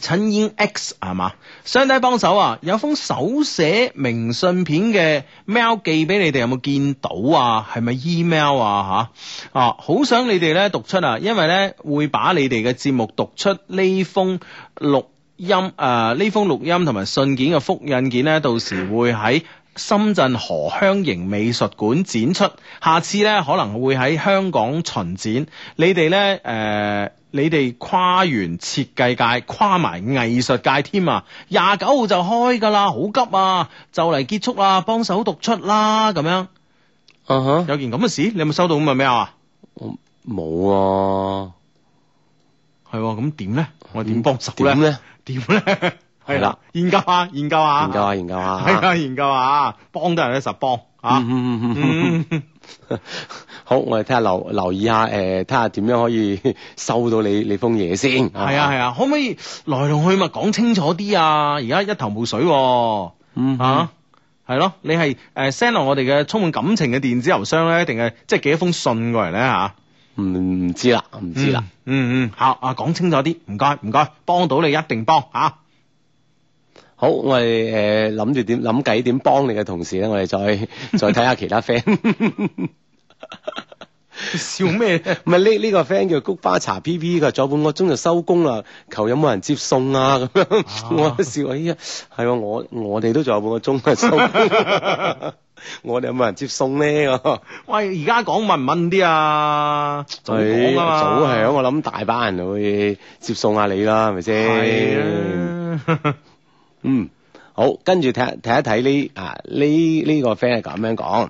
Speaker 4: 陳燕 X 係嘛？相低幫手啊！有封手寫明信片嘅 mail 寄俾你哋，有冇見到啊？係咪 email 啊？吓啊！好想你哋咧讀出啊，因為咧會把你哋嘅節目讀出呢封錄音啊誒呢、封錄音同埋信件嘅複印件咧，到時會喺。深圳荷香型美術館展出，下次咧可能會喺香港巡展。你哋咧誒。呃你哋跨完設計界，跨埋藝術界添啊！廿九號就開㗎啦，好急啊！就嚟結束啦，幫手讀出啦咁樣。
Speaker 2: 啊哈，
Speaker 4: 有件咁嘅事，你有冇收到咁嘅 mail 啊？
Speaker 2: 我冇啊。
Speaker 4: 係喎，咁點咧？我點幫手咧？
Speaker 2: 嗯點咧？
Speaker 4: 點 咧？係
Speaker 2: 係啦
Speaker 4: 啦，啊研究下，研究下，
Speaker 2: 研究下研究下
Speaker 4: 係啊，研究下，幫得人咧實幫啊！
Speaker 2: 嗯嗯嗯
Speaker 4: 嗯，
Speaker 2: 嗯， 好，我哋睇下留留意下，誒、呃睇下點樣可以 收到你你封嘢先。
Speaker 4: 係啊係
Speaker 2: 啊，
Speaker 4: 啊，可唔可以來龍去脈講清楚啲啊？而家一頭霧水喎。
Speaker 2: 嗯
Speaker 4: 啊，係咯，你係誒 send 落我哋嘅充滿感情嘅電子郵箱咧，定係即係寄一封信過嚟咧嚇？
Speaker 2: 唔唔知啦，唔知
Speaker 4: 嗯啊
Speaker 2: 啦。
Speaker 4: 嗯，嗯嗯，好啊，講清楚啲，唔該唔該，幫到你一定幫嚇。
Speaker 2: 好好，我哋诶諗住點諗計點幫你嘅同時咧，我 哋再再睇下其他 friend。
Speaker 4: 笑咩？
Speaker 2: 唔係呢呢個 friend 叫菊花茶 P P，佢話再半個鐘就收工啦，求有冇人接送啊咁樣。 我笑哎呀，係喎，我我哋都仲有半個鐘啊 收工， 我哋有冇人接送咧？咁
Speaker 4: 喂，而家講問唔問啲啊？早講啊嘛，
Speaker 2: 早響，我諗大把人會接送下你啦，係咪先？
Speaker 4: 係啊。
Speaker 2: 嗯，好，跟住睇睇一睇呢啊呢呢、個 friend 係咁樣講。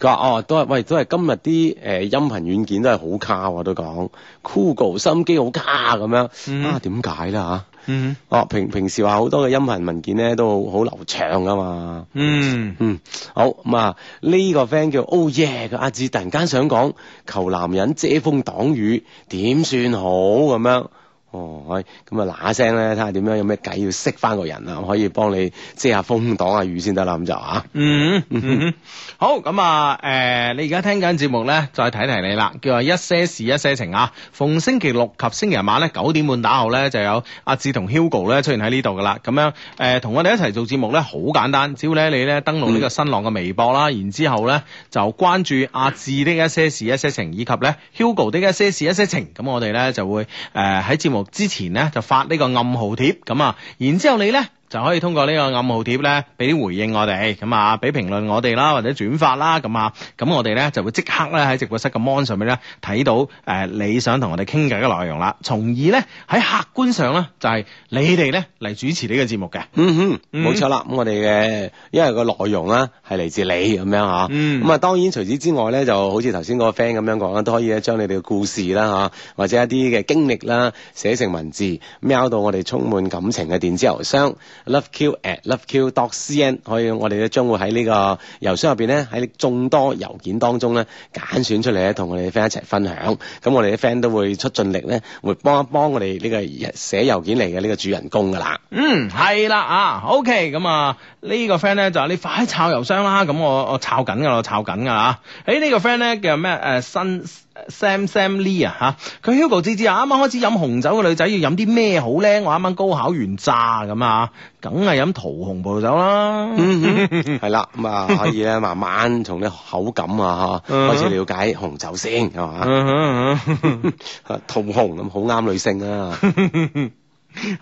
Speaker 2: 佢話哦，都係喂，都係今日啲誒音頻軟件都係好卡喎，都講 Google 心機好卡咁樣、
Speaker 4: 嗯
Speaker 2: 啊，點解啦
Speaker 4: 嗯
Speaker 2: 嚇？哦，平平時話好多嘅音頻文件咧都好好流暢噶嘛。
Speaker 4: 嗯，
Speaker 2: 嗯，好咁啊！呢、個 friend 叫 Oh Yeah 嘅阿志，突然間想講求男人遮風擋雨點算好咁樣。哦，係咁啊嗱嗱聲咧，睇下點樣有咩計要識翻個人啊，可以幫你遮下風擋下雨先得啦，咁就啊。
Speaker 4: 嗯嗯，好咁啊！誒、你而家聽緊節目咧，再提提你啦，叫做一些事一些情啊。逢星期六及星期日晚咧九點半打後咧，就有阿志同 Hugo 咧出現喺呢度噶啦。咁樣誒，同、我哋一齊做節目咧，好簡單，只要咧你咧登錄呢個新浪嘅微博啦，然之後咧就關注阿志的一些事一些情，以及咧 Hugo 的一些事一些情。咁我哋咧就會誒喺、節目之前咧就發呢個暗號貼咁啊，然之後你咧。就可以通過呢個暗號貼咧，俾啲回應我哋，咁啊，俾評論我哋啦，或者轉發啦，咁啊，咁我哋咧就會即刻咧喺直播室嘅 mon 上面咧睇到誒、呃你想同我哋傾偈嘅內容啦，從而咧喺客觀上咧就係、你哋咧嚟主持呢個節目嘅，
Speaker 2: 嗯哼，
Speaker 4: 嗯
Speaker 2: 冇錯啦。咁我哋嘅因為個內容啦係嚟自你咁樣嚇，
Speaker 4: 嗯
Speaker 2: 咁啊當然除此之外咧，就好似頭先嗰個 friend 咁樣講啦，都可以咧將你哋嘅故事啦嚇，或者一啲嘅經歷啦，寫成文字，喵到我哋充滿感情嘅電子郵箱 loveq at loveq dot cn，可以我哋咧將會喺呢個郵箱入邊咧喺眾多郵件當中咧揀選出嚟咧，同我哋嘅 friend 一齊分享。咁我哋嘅 friend 都會出盡力咧，會幫一幫我哋呢個寫郵件嚟嘅呢個主人公噶啦。
Speaker 4: 嗯，係啦啊，OK，咁啊呢個 friend 咧就話你快啲抄郵箱啦，咁我我抄緊噶啦，我抄緊噶啦啊嚇。誒呢個 friend 咧叫咩誒新 Sam Sam Lee 啊嚇，佢 Hugo 芝芝啊，啱啱開始飲紅酒嘅女仔要飲啲咩好咧？我啱啱高考完咋咁啊，梗係飲桃紅葡萄酒啦。
Speaker 2: 嗯哼， 係啦，咁啊可以咧慢慢從啲口感啊嚇
Speaker 4: 嗯
Speaker 2: 開始了解紅酒先係嘛，
Speaker 4: 嗯哼嗯 哼
Speaker 2: 桃紅咁好啱女性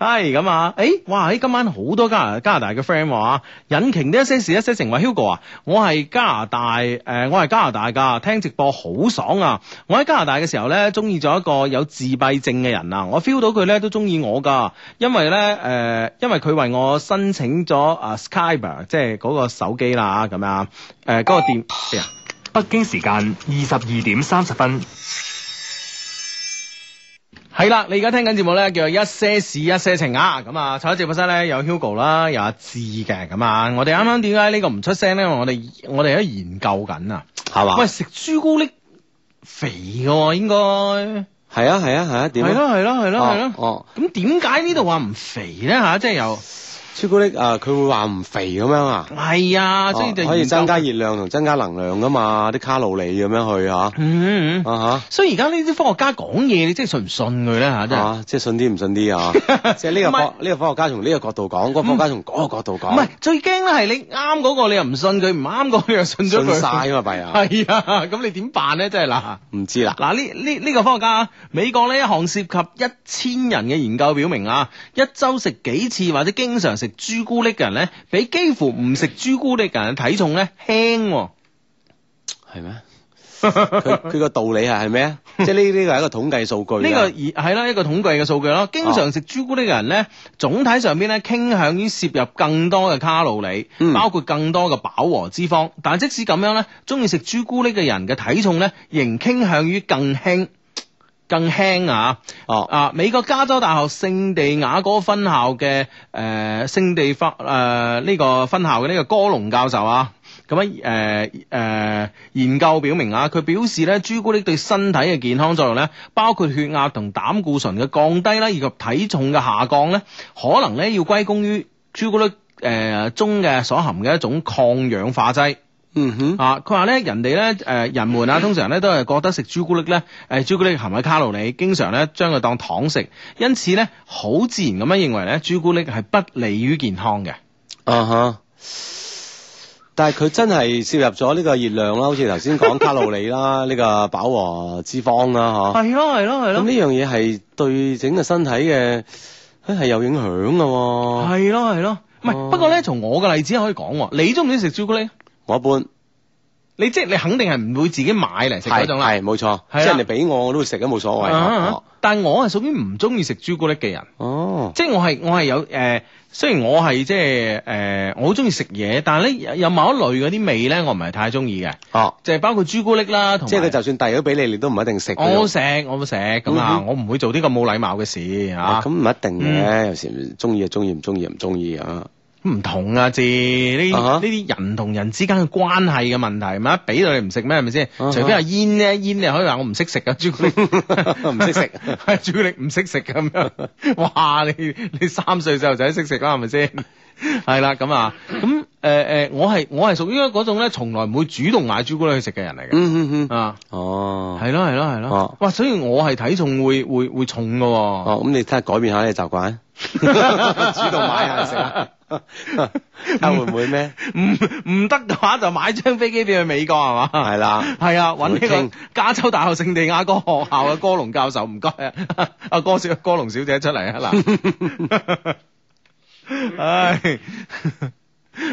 Speaker 2: 啊，
Speaker 4: 系咁啊！诶，哇！喺今晚好多加拿加拿大嘅 friend 話，引擎的一些事一些情話 Hugo 啊，我係加拿大诶、呃我係加拿大噶，聽直播好爽啊！我喺加拿大嘅時候咧，中意咗一個有自閉症嘅人啊，我 feel 到佢咧都中意我噶，因為咧诶、呃因為佢為我申請咗啊 Skype，即係嗰個手機啦咁啊，诶、嗰、個電哎呀
Speaker 5: 北京時間二十二點三十分。
Speaker 4: 系啦，你而家聽緊節目咧，叫做一些事一些情啊。咁啊，坐喺直播室咧有 Hugo 啦，有阿志嘅。咁啊，我哋啱啱點解呢個唔出聲咧？因為我哋我哋喺度研究緊啊。
Speaker 2: 係嘛？
Speaker 4: 喂，食朱古力肥嘅喎，應該係
Speaker 2: 係啊係啊係啊，點啊？
Speaker 4: 咯係咯係咯係
Speaker 2: 哦
Speaker 4: 咯。
Speaker 2: 哦，
Speaker 4: 咁點解呢度話唔肥咧吓？即係又
Speaker 2: 朱古力啊，佢會話唔肥咁樣啊，
Speaker 4: 係啊，所以就
Speaker 2: 哦可以
Speaker 4: 研究
Speaker 2: 增加。熱量同增加能量噶嘛，啲卡路里咁樣去嚇，
Speaker 4: 嗯嗯嗯。
Speaker 2: 啊
Speaker 4: 所以而家呢啲科學家講嘢，你真係信唔信佢咧吓？
Speaker 2: 嚇
Speaker 4: 真係。
Speaker 2: 啊，即係信啲唔信 啲啊，即係呢個科呢個科學家從呢個角度講，嗰個科學家從嗰個角度講，
Speaker 4: 唔係最驚咧，係你啱嗰個你又唔信佢，唔啱嗰個你又信咗
Speaker 2: 信
Speaker 4: 佢。
Speaker 2: 晒啊嘛弊啊，
Speaker 4: 系啊，咁你點辦咧？真係嗱。
Speaker 2: 唔知啦。
Speaker 4: 嗱，呢呢呢個科學家啊，美國呢一項涉及一千人嘅研究表明啊，一周食幾次或者經常食朱古力嘅人咧，比幾乎唔食朱古力嘅人體重咧輕喎。
Speaker 2: 係咩？佢 佢個道理係係咩啊？即係呢呢個係一個統計數據啊。
Speaker 4: 呢個哦而係啦，一個統計嘅數據咯。經常食朱古力嘅人咧，總體上邊咧傾向於攝入更多嘅卡路里，
Speaker 2: 嗯
Speaker 4: 包括更多嘅飽和脂肪。但即使咁樣咧，中意食朱古力嘅人嘅體重咧，仍傾向於更輕。更輕啊！
Speaker 2: 哦
Speaker 4: 啊，美國加州大學聖地亞哥分校嘅誒、呃、聖地分誒呢個分校嘅呢個哥龍教授啊。咁樣誒誒研究表明啊，佢表示咧朱古力對身體嘅健康作用咧，包括血壓同膽固醇嘅降低啦，以及體重嘅下降咧，可能咧要歸功於朱古力誒、呃中嘅所含嘅一種抗氧化劑。
Speaker 2: 嗯哼，
Speaker 4: 啊，佢話咧人哋咧誒人們啊，通常咧都係覺得食朱古力咧誒朱古力含嘅卡路里，經常咧將佢當糖食，因此咧好自然咁樣認為咧朱古力係不利於健康嘅。
Speaker 2: 啊哈。但係佢真係攝入咗呢個熱量啦，好似頭先講卡路里 啦，呢個飽和脂肪啦，
Speaker 4: 係咯係咯係
Speaker 2: 嚇。咁呢
Speaker 4: 咯，
Speaker 2: 樣嘢係對整個身體嘅唉係有影響嘅喎。
Speaker 4: 係咯係咯，唔係、
Speaker 2: 哦
Speaker 4: 不過咧從我嘅例子可以講喎，你中唔中意食朱古力？
Speaker 2: 我一般
Speaker 4: 你即係你肯定係唔會自己買嚟食嗰
Speaker 2: 係
Speaker 4: 種啦。
Speaker 2: 係冇錯，即
Speaker 4: 係啦
Speaker 2: 係人哋俾我我都會食嘅冇所謂。
Speaker 4: 啊
Speaker 2: 哦
Speaker 4: 但係我係屬於唔中意食朱古力嘅人。
Speaker 2: 哦，
Speaker 4: 即係我係我係有誒、呃，雖然我係即係誒、呃我好中意食嘢，但係咧有有某一類嗰啲味咧，我唔係太中意嘅，
Speaker 2: 哦，
Speaker 4: 就係包括朱古力啦，同埋
Speaker 2: 即係佢就算遞咗俾你，你都唔一定食嘅。
Speaker 4: 我食我食咁啊，
Speaker 2: 嗯哼
Speaker 4: 我唔會做啲咁冇禮貌嘅事
Speaker 2: 啊
Speaker 4: 啊，
Speaker 2: 咁唔一定嘅，
Speaker 4: 嗯
Speaker 2: 有時中意就中意，唔中意就唔中意啊。
Speaker 4: 唔同啊，字呢
Speaker 2: 啊哈
Speaker 4: 呢啲人同人之間嘅關係嘅問題，咪一俾到你唔食咩係咪先？
Speaker 2: 啊哈
Speaker 4: 除非係煙咧，煙你可以話我唔識食啊朱古力，
Speaker 2: 唔識食
Speaker 4: 係 朱古力唔識食咁樣。哇！你你三歲細路仔識食啦係咪先？係啦，咁啊，咁誒誒，我係我係屬於嗰種咧，從來唔會主動買朱古力去食嘅人嚟嘅。
Speaker 2: 嗯嗯嗯，
Speaker 4: 啊，
Speaker 2: 哦，
Speaker 4: 係咯係咯係咯
Speaker 2: 哦，
Speaker 4: 哇！所以我係體重會會會重嘅喎。
Speaker 2: 哦，咁你睇下改變下你嘅習慣，主動買下食啊，睇啊下會唔會咩？
Speaker 4: 唔唔得嘅話就買張飛機票去美國係嘛？
Speaker 2: 係啦，
Speaker 4: 係啊，揾呢
Speaker 2: 同佢
Speaker 4: 個
Speaker 2: 傾
Speaker 4: 加州大學聖地亞哥學校嘅哥龍教授，唔該 啊，阿哥小哥龍小姐出嚟啊 嗱，唉。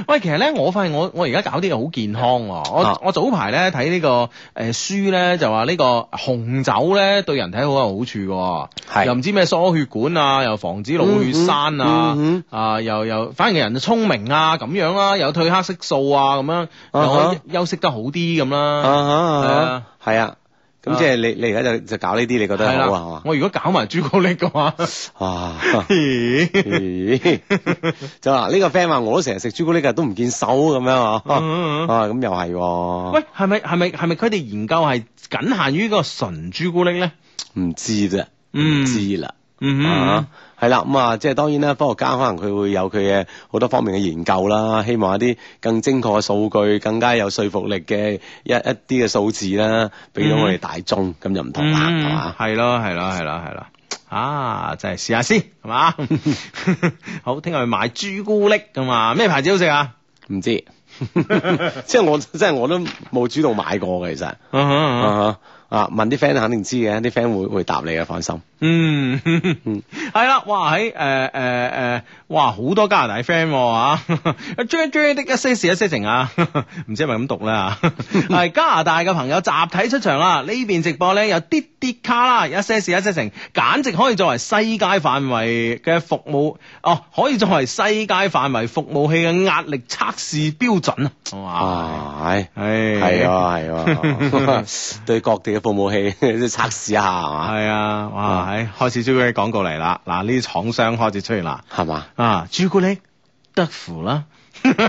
Speaker 4: 喂，其實咧，我發現我我而家搞啲嘢好健康喎、我、
Speaker 2: 啊
Speaker 4: 我早排咧睇呢個誒、呃、書咧，就話呢個紅酒咧對人體好有好處嘅、
Speaker 2: 係
Speaker 4: 又唔知咩疏血管啊，又防止腦血栓啊，
Speaker 2: 嗯
Speaker 4: 啊又又反而人就聰明啊咁樣啦、有褪黑色素啊咁樣，又可以休息得好啲咁啦。
Speaker 2: 啊哈
Speaker 4: 係
Speaker 2: 啊
Speaker 4: 啊
Speaker 2: 哈，係啊，咁即係你你而家就就搞呢啲，你覺得
Speaker 4: 係
Speaker 2: 好
Speaker 4: 啦
Speaker 2: 啊，
Speaker 4: 我如果搞埋朱古力嘅話，
Speaker 2: 係嘛？哇！
Speaker 4: 咦
Speaker 2: 咦 就話呢個 friend 話我都成日食朱古力㗎，都唔見手咁樣啊，
Speaker 4: 嗯嗯嗯
Speaker 2: 啊咁又係喎，
Speaker 4: 喂，係咪係咪係咪佢哋研究係僅限於個純朱古力咧？
Speaker 2: 唔知啫，
Speaker 4: 嗯
Speaker 2: 唔知啦。
Speaker 4: 嗯
Speaker 2: 啊，係啦，咁啊，即係當然啦，科學家可能佢會有佢嘅好多方面嘅研究啦，希望一啲更精確嘅數據、更加有說服力嘅一一啲嘅數字啦，俾到我哋大眾，咁就唔同啦，係
Speaker 4: 嗯
Speaker 2: 嘛，？
Speaker 4: 係咯係咯係咯係咯。啊，真係試下先，係 嘛？好，聽日去買朱古力㗎嘛？咩牌子好食啊？
Speaker 2: 唔知， 即係我即係我都冇主動買過嘅，其實
Speaker 4: 嗯嗯嗯
Speaker 2: 啊啊，問啲 friend 肯定知嘅，啲 friend 會會答你嘅，放心。
Speaker 4: 嗯，
Speaker 2: 嗯
Speaker 4: 係啦，哇喺誒誒誒，哇好多加拿大 friend 喎啊 ，J J 的一些事一些情啊， 唔知係咪咁讀啦啊
Speaker 2: 嗯
Speaker 4: 係加拿大嘅朋友集體出場啦，呢邊直播咧有啲啲卡啦，一些事一些情，簡直可以作為世界範圍嘅服務，哦，可以作為世界範圍服務器嘅壓力測試標準啊，哇，
Speaker 2: 啊，係
Speaker 4: 係
Speaker 2: 係啊係啊， 對各地嘅服務器 都測試一下係嘛，
Speaker 4: 係啊，
Speaker 2: 嗯
Speaker 4: 哇！喺開始朱古力廣告嚟啦，嗱呢啲廠商開始出現啦，
Speaker 2: 係嘛
Speaker 4: 啊朱古力德芙 啦，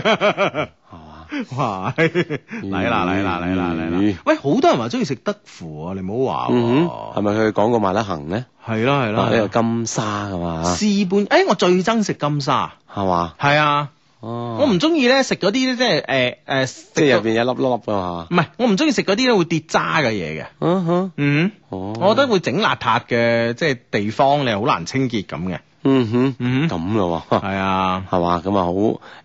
Speaker 4: 哦
Speaker 2: 係嘛。
Speaker 4: 哇！嚟啦嚟啦嚟啦嚟
Speaker 2: 咦
Speaker 4: 啦！喂，好多人話中意食德芙啊，你唔好話
Speaker 2: 嗯
Speaker 4: 喎
Speaker 2: 哼，係咪佢廣告賣得行咧？
Speaker 4: 係啦係啦
Speaker 2: 啊
Speaker 4: 係
Speaker 2: 呢個
Speaker 4: 啦，
Speaker 2: 金沙噶嘛，
Speaker 4: 試半誒我最憎食金沙，
Speaker 2: 係嘛？
Speaker 4: 係啊，
Speaker 2: 哦，
Speaker 4: 我唔中意咧食嗰啲咧即係誒誒，
Speaker 2: 即係入
Speaker 4: 邊
Speaker 2: 邊一粒粒噶嘛？
Speaker 4: 唔係我唔中意食嗰啲咧會跌渣嘅嘢嘅，
Speaker 2: 嗯哼，
Speaker 4: 嗯，
Speaker 2: 哦，
Speaker 4: 我覺得會整邋遢嘅即係地方你好難清潔咁嘅，
Speaker 2: 嗯
Speaker 4: 嗯
Speaker 2: 哼，咁咯喎，
Speaker 4: 係啊。
Speaker 2: 係嘛？咁啊好，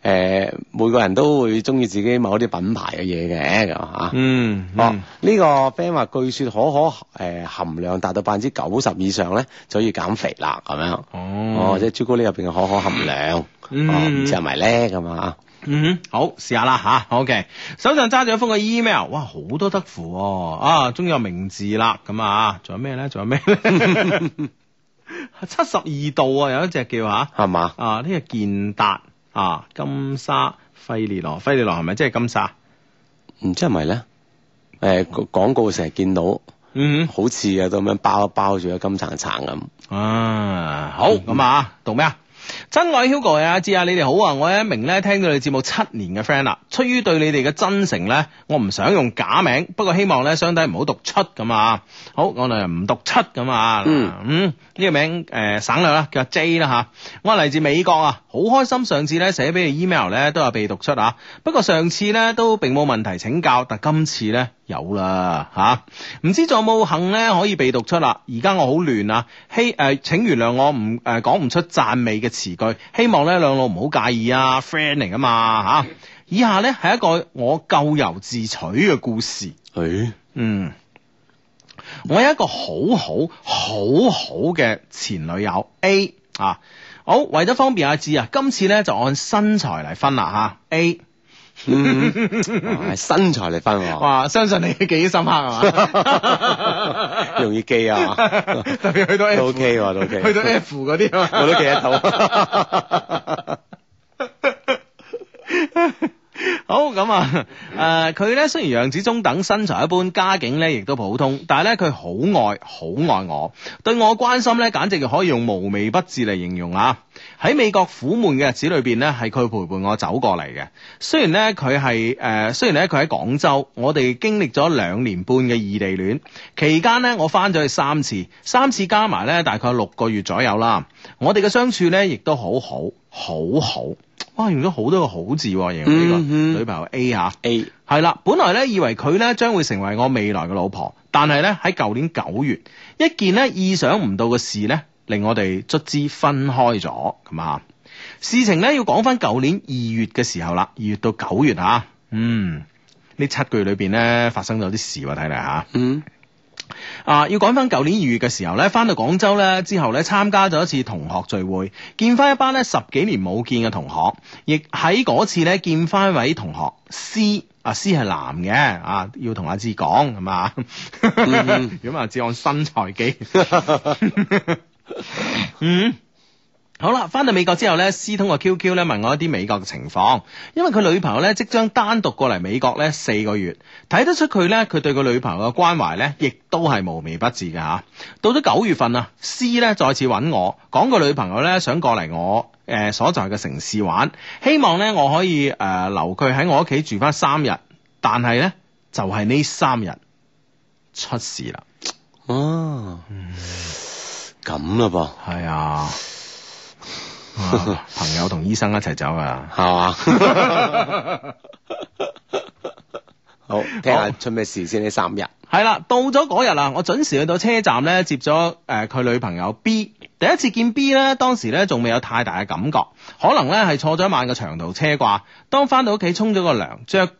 Speaker 2: 誒，每個人都會中意自己某啲品牌嘅嘢嘅，咁啊。
Speaker 4: 嗯，
Speaker 2: 哦，
Speaker 4: 嗯
Speaker 2: 呢、個 friend 話據說可可誒、含量達到百分之九十以上咧，就要減肥啦，咁樣。
Speaker 4: 哦
Speaker 2: 哦，即係朱古力入邊嘅可可含量，
Speaker 4: 嗯
Speaker 2: 哦，唔知係咪咧咁啊？
Speaker 4: 嗯哼，好試下啦吓 o k 手上揸住一封嘅 email，哇，好多德芙喎、啊，終於有名字啦，咁啊，仲有咩咧？仲有咩咧？七十二度啊，有一隻叫吓，
Speaker 2: 係嘛？
Speaker 4: 啊呢、個健達啊，金沙費列羅，費列羅係咪即係金沙？
Speaker 2: 唔知係咪咧？誒、廣廣告成日見到，
Speaker 4: 嗯
Speaker 2: 好似啊咁樣包一包住咗金橙橙咁。
Speaker 4: 嗯哼，啊好，咁啊，讀咩啊？親愛 Hugo 啊，知啊，你哋好啊！我係一名咧聽到你節目七年嘅 friend 啦，出於對你哋嘅真誠咧，我唔想用假名，不過希望咧相低唔好讀出咁啊。好，我哋唔讀出咁啊。
Speaker 2: 嗯
Speaker 4: 嗯，呢、個名誒、呃省略啦，叫阿 J 啦吓。我係嚟自美國啊，好開心上次咧寫俾你 email 咧都有被讀出啊，不過上次咧都並冇問題請教，但今次咧。有啦吓，唔、知仲有冇幸咧可以被讀出啦。而家我好亂啊，希誒、呃、請原諒我唔誒、呃、講唔出讚美嘅詞句，希望咧兩老唔好介意啊，friend 嚟噶嘛吓、以下咧係一個我咎由自取嘅故事。
Speaker 2: 誒，
Speaker 4: 嗯，我有一個好好好好嘅前女友 A 啊，好為咗方便阿志啊，今次咧就按身材嚟分啦吓 A。
Speaker 2: 嗯， 哇身材嚟分喎，
Speaker 4: 哇！相信你記憶深刻啊 嘛，
Speaker 2: 容易記啊
Speaker 4: 特別去到 F，
Speaker 2: 都 OK 喎都 OK
Speaker 4: 去到 F 嗰啲啊，
Speaker 2: 我都記 得到。
Speaker 4: 好咁啊！誒、佢咧雖然樣子中等，身材一般，家境咧亦都普通，但係咧佢好愛好愛我，對我關心咧，簡直可以用無微不至嚟形容啊！喺美國苦悶嘅日子裏邊咧，係佢陪伴我走過嚟嘅。雖然咧佢係誒，雖然咧佢喺廣州，我哋經歷咗兩年半嘅異地戀，期間咧我翻咗去三次，三次加埋咧大概六個月左右啦。我哋嘅相處咧亦都好好，好好。哇！用咗好多個好字喎，形容呢個
Speaker 2: 嗯哼
Speaker 4: 女朋友 A 啊，
Speaker 2: A
Speaker 4: 係啦，本來咧以為佢咧將會成為我未來嘅老婆，但係咧喺舊年九月，一件咧意想唔到嘅事咧，令我哋卒之分開咗咁啊。事情咧要講翻舊年二月嘅時候啦，二月到九月啊，嗯，呢七個月裏邊咧發生咗啲事喎，睇嚟吓。
Speaker 2: 嗯
Speaker 4: 啊，要趕翻舊年二月嘅時候咧，翻到廣州咧之後咧，參加咗一次同學聚會，見翻一班咧十幾年冇見嘅同學，亦喺嗰次咧見翻一位同學 C。啊，C 係男嘅，啊，要同阿志講咁 啊，如果阿啊志按身材記，嗯。好啦，翻到美國之後呢 C 通過 QQ 咧問我一啲美國嘅情況，因為佢女朋友呢即將單獨過嚟美國呢四個月，睇得出佢呢，佢對個女朋友嘅關懷呢亦都係無微不至嘅吓。到咗九月份啊，C 呢再次揾我，講個女朋友呢想過嚟我誒、呃所在嘅城市玩，希望呢我可以誒、呃留佢喺我屋企住翻三日，但係呢，就係、呢三日出事啦，
Speaker 2: 哦，咁啦噃，
Speaker 4: 係啊，啊朋友同醫生一齊走啊。
Speaker 2: 係嘛？ 好，聽下
Speaker 4: 好
Speaker 2: 出咩事先呢三日。
Speaker 4: 係啦，到咗嗰日啊，我準時去到車站咧，接咗誒佢女朋友 B。第一次見 B 咧，當時咧仲未有太大嘅感覺，可能咧係坐咗一晚嘅長途車啩。當翻到屋企沖咗個涼，着誒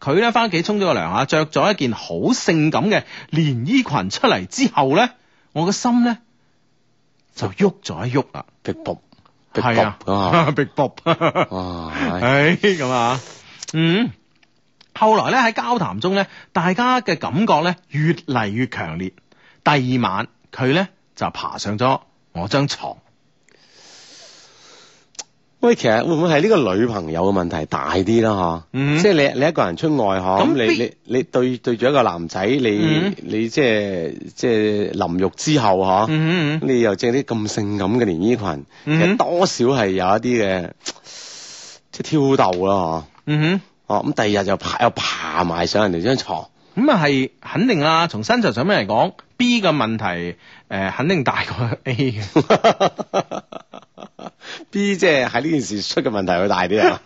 Speaker 4: 佢咧翻屋企沖咗個涼啊，着咗一件好性感嘅連衣裙出嚟之後咧，我個心咧就喐咗一喐啦，
Speaker 2: 逼卜，逼卜
Speaker 4: 係啊
Speaker 2: 咁啊！
Speaker 4: ，Big Bob
Speaker 2: 哇，
Speaker 4: 唉，咁啊，嗯。後來咧喺交談中咧，大家嘅感覺咧越嚟越強烈。第二晚佢咧就爬上咗我張床，
Speaker 2: 喂，其實會唔會係呢個女朋友嘅問題大啲啦？
Speaker 4: 嗯
Speaker 2: 嗬，即係你你一個人出外
Speaker 4: 咁
Speaker 2: 嗬，咁你你你對對住一個男仔，你
Speaker 4: 嗯
Speaker 2: 你即係即係淋浴之後嗬，
Speaker 4: 嗯
Speaker 2: 你又着啲咁性感嘅連衣裙，其
Speaker 4: 嗯
Speaker 2: 實多少係有一啲嘅即係挑逗啦，嗬。
Speaker 4: 嗯
Speaker 2: 哦，咁第二日又爬又爬埋上人哋張床，
Speaker 4: 哼，咁啊係肯定啦。從身材上面嚟講，B 嘅問題誒、呃肯定大過 A 嘅。
Speaker 2: B 即係喺呢件事出嘅問題會大啲 啊！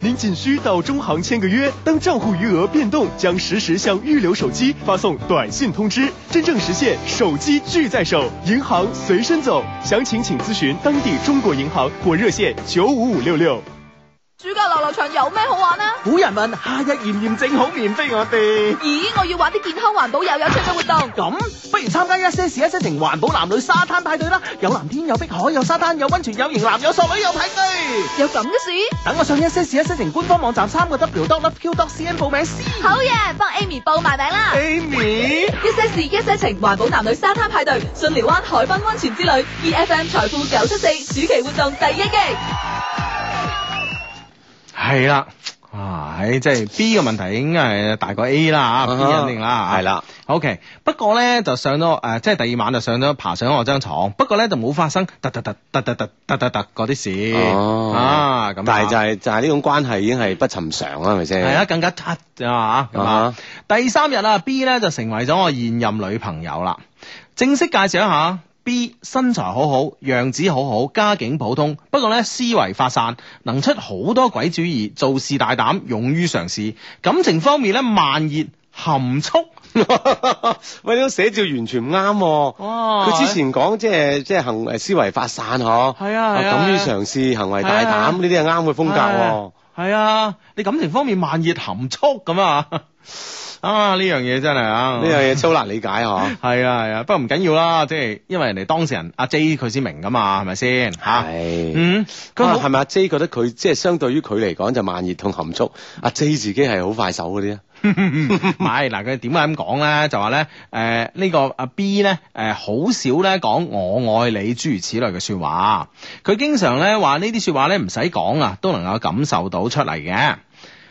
Speaker 6: 您仅需到中行签个约，当账户余额变动，将实时向预留手机发送短信通知，真正实现手机聚在手，银行随身走。详情请咨询当地中国银行或热线九五五六六。
Speaker 1: 暑假流流長有咩好玩啊？
Speaker 6: 古人问：夏日炎炎正好棉非我哋。
Speaker 1: 咦，我要玩啲健康環保又有趣嘅活 動。
Speaker 6: 咁，不如參加一些事一些情環保男女沙灘派對啦！有藍天，有碧海，有沙灘，有温泉，有型男，有索女，有派對。
Speaker 1: 有咁嘅事？
Speaker 6: 等我上一些事一些情官方網站三個 W dot love q dot c n 報名先。
Speaker 1: 好嘢，幫 Amy 報埋名 啦！
Speaker 6: Amy。
Speaker 1: 一些事，一些情，環保男女沙灘派對，信寮灣海濱温泉之旅，EFM 財富九七四暑期活動第一擊。
Speaker 4: 係啦，啊，唉，即係 B 嘅問題應該係大過 A 啦，B 肯定啦，
Speaker 2: 係啦。
Speaker 4: OK，不過咧就上咗誒、呃即係第二晚就上咗爬上我張床，不過咧就冇發生突突突突突突突突突嗰啲事
Speaker 2: 哦
Speaker 4: 啊咁啊。
Speaker 2: 但係就係就係呢種關係已經係不尋常啦，係咪先？
Speaker 4: 係啊，，更加突啊咁啊
Speaker 2: 啊！
Speaker 4: 第三日啊，B 咧就成為咗我現任女朋友啦。正式介紹一下，B 身材好好，樣子好好，家境普通，不過咧思維發散，能出好多鬼主意，做事大膽，勇於嘗試。感情方面咧慢熱含蓄。
Speaker 2: 喂，呢種寫照完全唔啱喎。
Speaker 4: 哇
Speaker 2: 佢之前講即係即係行誒思維發散嗬，
Speaker 4: 係啊係啊
Speaker 2: 敢於嘗試，行為大
Speaker 4: 係啊
Speaker 2: 膽，呢啲係啱嘅風格喎。
Speaker 4: 係啊，你感情方面慢熱含蓄咁啊！ 啊呢樣嘢真係啊，
Speaker 2: 呢樣嘢超難理解嗬。
Speaker 4: 係啊係啊，不過唔緊要啦，即係因為人哋當事人阿 J 佢先明噶嘛，係咪先吓？
Speaker 2: 係。
Speaker 4: 嗯，佢
Speaker 2: 啊佢係
Speaker 4: 好
Speaker 2: 咪阿 J 覺得佢即係相對於佢嚟講就慢熱同含蓄，阿 J 自己係好快手嗰啲啊？
Speaker 4: 唔係嗱，佢點解咁講咧？就話咧，誒呢個阿 B 咧，誒好少咧講我愛你諸如此類嘅説話，佢經常咧話呢啲説話咧唔使講啊，都能夠感受到出嚟嘅。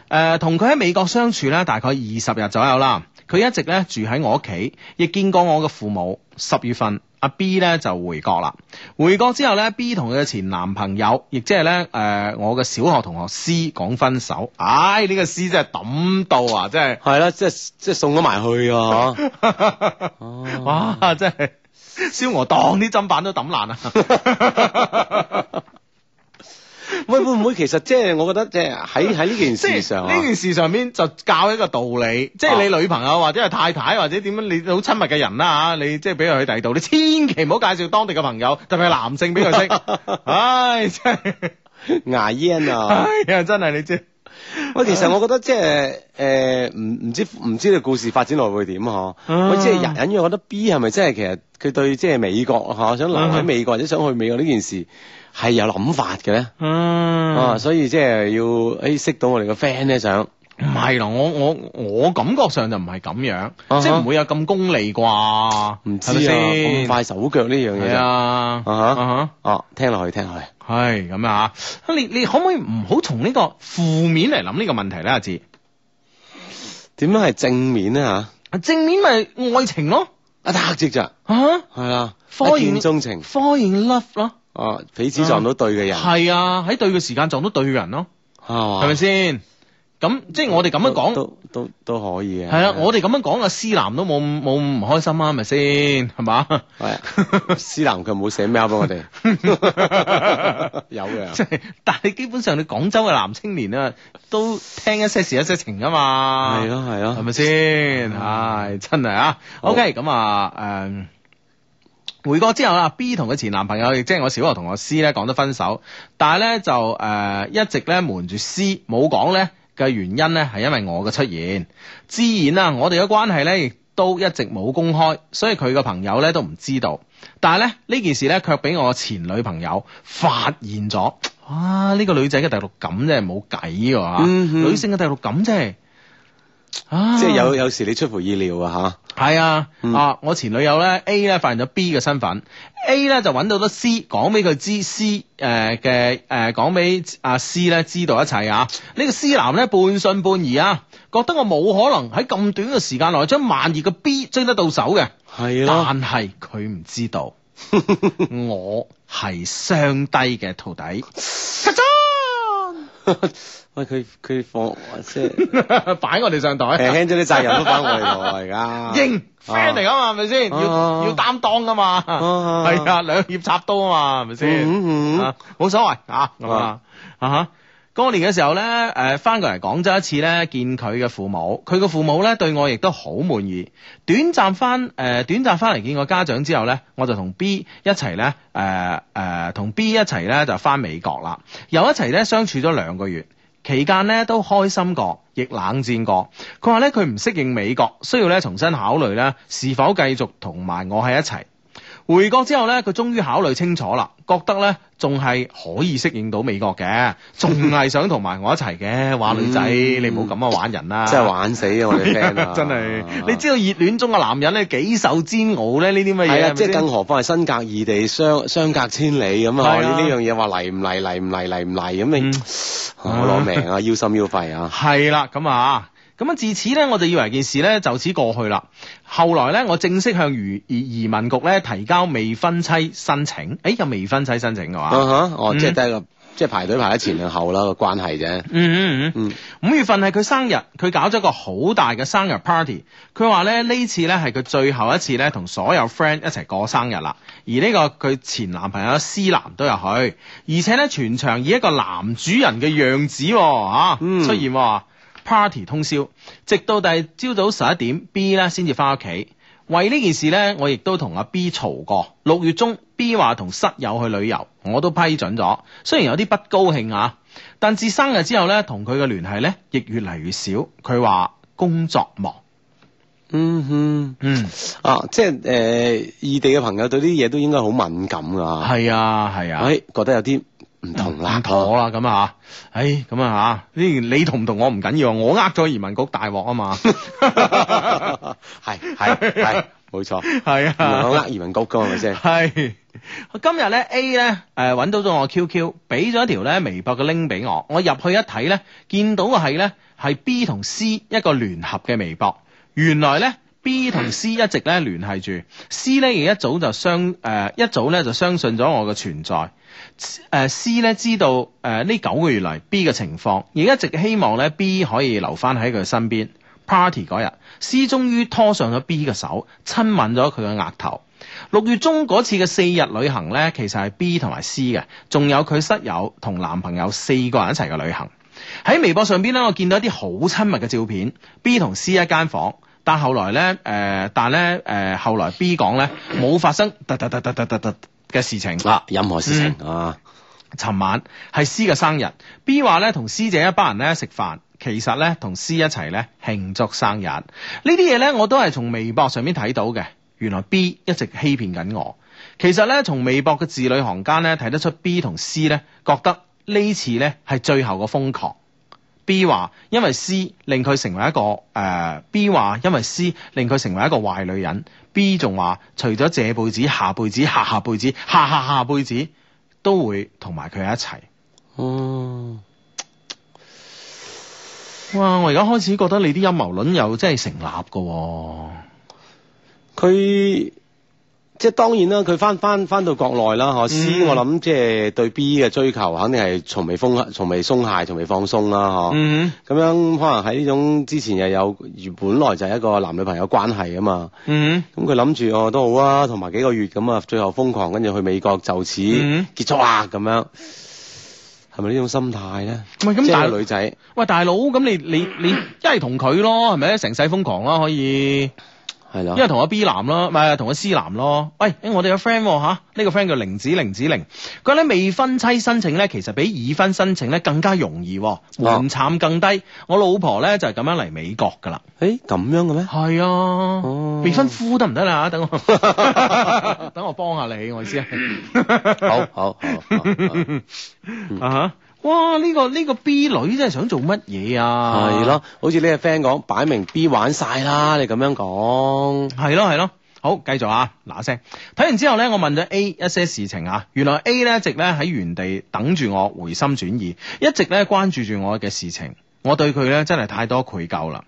Speaker 4: 誒同佢喺美國相處咧，大概二十日左右啦。佢一直咧住喺我屋企，亦見過我嘅父母。十月份，阿 B 咧就回國啦。回國之後咧，B 同佢嘅前男朋友，亦即係咧誒我嘅小學同學 C 講分手。唉、呢、個 C 真係抌到啊！真係
Speaker 2: 係啦，即係即係送咗埋去啊！ 嗬哦
Speaker 4: 哇！真係燒鵝檔啲砧板都抌爛啊！
Speaker 2: 喂，會唔會其實即係我覺得即係喺喺呢
Speaker 4: 即
Speaker 2: 件事
Speaker 4: 係
Speaker 2: 上
Speaker 4: 呢
Speaker 2: 啊
Speaker 4: 件事上面就教一個道理，即係你女朋友或者係太太或者點樣，你好親密嘅人啦啊嚇，你即係俾佢去第二度，你千祈唔好介紹當地嘅朋友，特別係男性俾佢 識。唉，真係，
Speaker 2: 牙煙 啊
Speaker 4: 唉！呀，真係你知。
Speaker 2: 喂，其實我覺得即係誒，唔唔知唔知道故事發展落去會點嗬？
Speaker 4: 啊
Speaker 2: 喂，即係隱隱約覺得 B 係咪真係其實佢對即係美國嗬，想留喺
Speaker 4: 嗯
Speaker 2: 美國或者想去美國呢件事係有諗法嘅咧？啊，
Speaker 4: 嗯，
Speaker 2: 所以即係要誒識到我哋個 friend 咧，想
Speaker 4: 唔係咯，我我我感覺上就唔係咁樣，
Speaker 2: 啊哈
Speaker 4: 即係唔會有咁功利啩，
Speaker 2: 唔知
Speaker 4: 係
Speaker 2: 啊
Speaker 4: 咪
Speaker 2: 咁
Speaker 4: 先？
Speaker 2: 快手腳呢樣
Speaker 4: 係
Speaker 2: 嘢就
Speaker 4: 啊，
Speaker 2: 哈
Speaker 4: 哈
Speaker 2: 哦，聽落去聽落去。
Speaker 4: 係咁啊！你你可唔可以唔好從呢個負面嚟諗呢個問題咧？阿志，
Speaker 2: 點樣係正面咧嚇？
Speaker 4: 正面咪愛情咯，
Speaker 2: 一得即咋，
Speaker 4: 啊，
Speaker 2: 係啊，
Speaker 4: 科
Speaker 2: 一見
Speaker 4: 研
Speaker 2: 鍾情，
Speaker 4: fall in love 咯，
Speaker 2: 啊，彼此撞到對嘅人，係
Speaker 4: 係啊，喺對嘅時間撞到對嘅人咯，
Speaker 2: 嘛？
Speaker 4: 係咪先？咁即係我哋咁樣講，
Speaker 2: 啊都都都都可以嘅。
Speaker 4: 係啦，我哋咁樣講個思男都冇冇唔開心啊，係咪先？係嘛？
Speaker 2: 係啊思南佢冇寫 mail 俾我哋，有 嘅
Speaker 4: 即係，但係基本上你廣州嘅男青年啊，都聽一些事一些情噶嘛，
Speaker 2: 係咯係
Speaker 4: 啊係
Speaker 2: 咯，
Speaker 4: 咪先？唉，真係啊。
Speaker 2: 啊嗯好
Speaker 4: OK，咁啊，誒、回國之後啦，B 同佢前男朋友，亦即係我小學同學 C 咧，講咗分手，但係咧就誒、一直咧瞞住 C 冇講咧嘅原因咧係因為我嘅出現，自然啦、我哋嘅關係咧亦都一直冇公開，所以佢嘅朋友咧都唔知道，但係咧呢件事咧卻俾我前女朋友發現咗，啊哇！呢、個女仔嘅第六感真係冇計㗎嚇，
Speaker 2: 嗯哼
Speaker 4: 女性嘅第六感真係。啊
Speaker 2: 即係有有時你出乎意料啊
Speaker 4: 系啊，
Speaker 2: 嗯
Speaker 4: 啊，我前女友咧 A 咧發現咗 B 嘅身份，A 咧就揾到咗 C，講俾佢知 C 誒嘅誒講俾阿 C 咧知道一切啊。呢、個 C 男咧半信半疑啊，覺得我冇可能喺咁短嘅時間內將慢熱嘅 B 追得到手嘅，
Speaker 2: 吓，係咯，
Speaker 4: 但係佢唔知道 我係雙低嘅徒弟，
Speaker 2: 喂佢佢放即 係
Speaker 4: 擺我哋上
Speaker 2: 輕
Speaker 4: 台。
Speaker 2: 輕咗啲責任都翻我哋度啊而家，
Speaker 4: 英 friend 嚟噶嘛，係
Speaker 2: 啊，
Speaker 4: 咪先？要
Speaker 2: 啊
Speaker 4: 要擔當噶嘛，
Speaker 2: 啊
Speaker 4: 係啊，兩肋插刀啊嘛，係咪先？
Speaker 2: 嗯嗯
Speaker 4: 啊冇所謂啊，咁啊啊哈。過年嘅時候咧，誒翻過嚟廣州一次咧，見佢嘅父母，佢嘅父母咧對我亦都好滿意。短暫翻誒、短暫翻嚟見我家長之後咧，我就同 B 一齊咧誒誒同 B 一齊咧就翻美國啦，又一齊咧相處咗兩個月。期間咧都開心過，亦冷戰過。佢話咧佢唔適應美國，需要咧重新考慮咧是否繼續同埋我喺一齊。回國之後咧，佢終於考慮清楚啦，覺得咧仲係可以適應到美國嘅，仲係想同埋我一齊嘅。話女仔，
Speaker 2: 嗯
Speaker 4: 你唔好咁啊玩人啦，
Speaker 2: 真係玩死啊！我哋 friend 啊，
Speaker 4: 真係，你知道熱戀中嘅男人咧幾受煎熬咧，呢啲乜嘢
Speaker 2: 係
Speaker 4: 係
Speaker 2: 啊，
Speaker 4: 咪
Speaker 2: 即係
Speaker 4: 先
Speaker 2: 更何況係身隔異地，相相隔千里咁啊！
Speaker 4: 係啊
Speaker 2: 呢呢樣嘢話嚟唔嚟嚟唔嚟嚟唔嚟咁你
Speaker 4: 嗯，
Speaker 2: 我攞 命啊，腰心腰肺啊！
Speaker 4: 係啦，咁啊。咁啊，自此咧，我就以為件事咧就此過去啦。後來咧，我正式向移移移民局咧提交未婚妻申請。誒，有未婚妻申請嘅
Speaker 2: 啊
Speaker 4: 話，
Speaker 2: 哈，哦，
Speaker 4: 嗯
Speaker 2: 即係得個即係排隊排得前定後啦個關係啫。
Speaker 4: 嗯嗯嗯，
Speaker 2: 嗯，
Speaker 4: 五月份係佢生日，佢搞咗個好大嘅生日 party。佢話咧呢次咧係佢最後一次咧同所有 friend 一齊過生日啦。而呢個佢前男朋友思南都有去，而且咧全場以一個男主人嘅樣子喎啊
Speaker 2: 嗯
Speaker 4: 出現喎 party 通宵，直到第二朝早十一點 B 咧先至翻屋企。為呢件事呢，我亦都同阿 B 嘈過。六月中，B 話同室友去旅遊，我都批准咗。雖然有啲不高興啊，但自生日之後呢，同佢嘅聯繫呢亦越嚟越少。佢話工作忙，
Speaker 2: 嗯哼。
Speaker 4: 嗯，
Speaker 2: 啊，即係誒、呃，異地嘅朋友對呢啲嘢都應該好敏感㗎。
Speaker 4: 係啊，係啊，
Speaker 2: 哎，覺得有啲唔同啦，
Speaker 4: 唔妥啦咁啊，唉，咁啊吓，呢你同唔同我唔緊要，我呃咗移民局大鑊啊 嘛，
Speaker 2: 係 係係，冇錯，唔
Speaker 4: 係
Speaker 2: 係
Speaker 4: 啊嗯
Speaker 2: 我。呃移民局㗎係 咪先？
Speaker 4: 系今日咧 A 咧誒揾到咗我 QQ，俾咗一條咧微博嘅 link 俾我，我入去一睇咧，見到嘅係咧係 B 同 C 一個聯合嘅微博，原來咧。B 同 C 一直咧聯繫住，C 咧亦一早就相誒、呃一早咧就相信咗我嘅存在，誒、C 呃咧知道呃誒呢、九個月嚟 B 嘅情況，亦一直希望咧 B 可以留翻喺佢身邊。Party 嗰日，C 終於拖上咗 B 嘅手，親吻咗佢嘅額頭。六月中嗰次嘅四日旅行呢，其實係 B 同埋 C 嘅，仲有佢室友同男朋友四個人一齊嘅旅行。喺微博上邊呢，我見到一啲好親密嘅照片，B 同 C 一間房。但後來呢，誒、呃但呢，誒、後來 B 講呢，冇發生突突突突突突突嘅事情。
Speaker 2: 啊，任何事情、啊，
Speaker 4: 尋晚係 C 嘅生日，B 話咧同 C 姐一班人咧食飯，其實咧同 C 一齊咧慶祝生日。呢啲嘢咧我都係從微博上面睇到嘅，原來 B 一直欺騙緊我。其實咧從微博嘅字裏行間咧睇得出 B 同 C 咧覺得呢次咧係最後嘅瘋狂。B 話因為 C 令佢成為一個誒、呃 B 話因為 C 令佢成為一個壞女人。B 仲話除咗這輩子、下輩子、下下輩子、下下下輩子。都會同埋佢一齊。
Speaker 2: 哦，
Speaker 4: 哇！我而家開始覺得你啲陰謀論又真係成立㗎喎、
Speaker 2: 佢。即係當然啦，佢翻翻翻到國內啦，嗬、C
Speaker 4: 嗯
Speaker 2: 我諗即係對 B 嘅追求，肯定係從未鬆從未鬆懈，從未放鬆啦，嗬、
Speaker 4: 嗯
Speaker 2: 咁樣可能喺呢種之前又有原本來就係一個男女朋友關係啊嘛，
Speaker 4: 嗯
Speaker 2: 咁佢諗住哦都好啊，同埋幾個月咁啊，最後瘋狂跟住去美國就此
Speaker 4: 嗯
Speaker 2: 結束啊咁樣，係咪呢種心態咧？
Speaker 4: 唔係咁
Speaker 2: 即係
Speaker 4: 但
Speaker 2: 個女仔
Speaker 4: 喂大佬，咁你你你一係同佢咯，係咪？成世瘋狂咯，可以
Speaker 2: 係
Speaker 4: 一係
Speaker 2: 啦，
Speaker 4: 同阿 B 男咯，唔係同阿 C 男咯。喂，誒我哋有 friend 喎嚇，呢、個 friend 叫玲子玲子玲，佢咧未婚妻申請咧，其實比已婚申請咧更加容易喎，門檻更低。我老婆咧就係、咁樣嚟美國㗎啦。
Speaker 2: 誒咁樣嘅咩？
Speaker 4: 係啊，
Speaker 2: 哦
Speaker 4: 未婚夫得唔得啦？等我 等我幫下你，我意思係。
Speaker 2: 好好好好，
Speaker 4: 啊哈！哇！呢、個呢、個 B 女真係想做乜嘢啊？
Speaker 2: 係咯，，好似呢個 friend 講，擺明 B 玩晒啦，你咁樣講，
Speaker 4: 係咯，係咯。好，繼續啊，嗱聲。睇完之後呢，我問咗 A 一些事情啊，原來 A 呢一直呢喺原地等住我回心轉意，一直呢關注住我嘅事情。我對佢呢真係太多愧疚啦。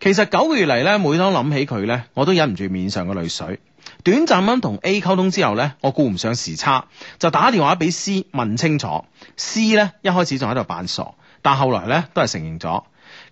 Speaker 4: 其實九個月嚟呢，每當諗起佢呢，我都忍唔住面上嘅淚水。短暫咁同 A 溝通之後呢，我顧唔上時差，就打電話俾 C 問清楚。C 呢一開始仲喺度扮傻，但後來呢都係承認咗。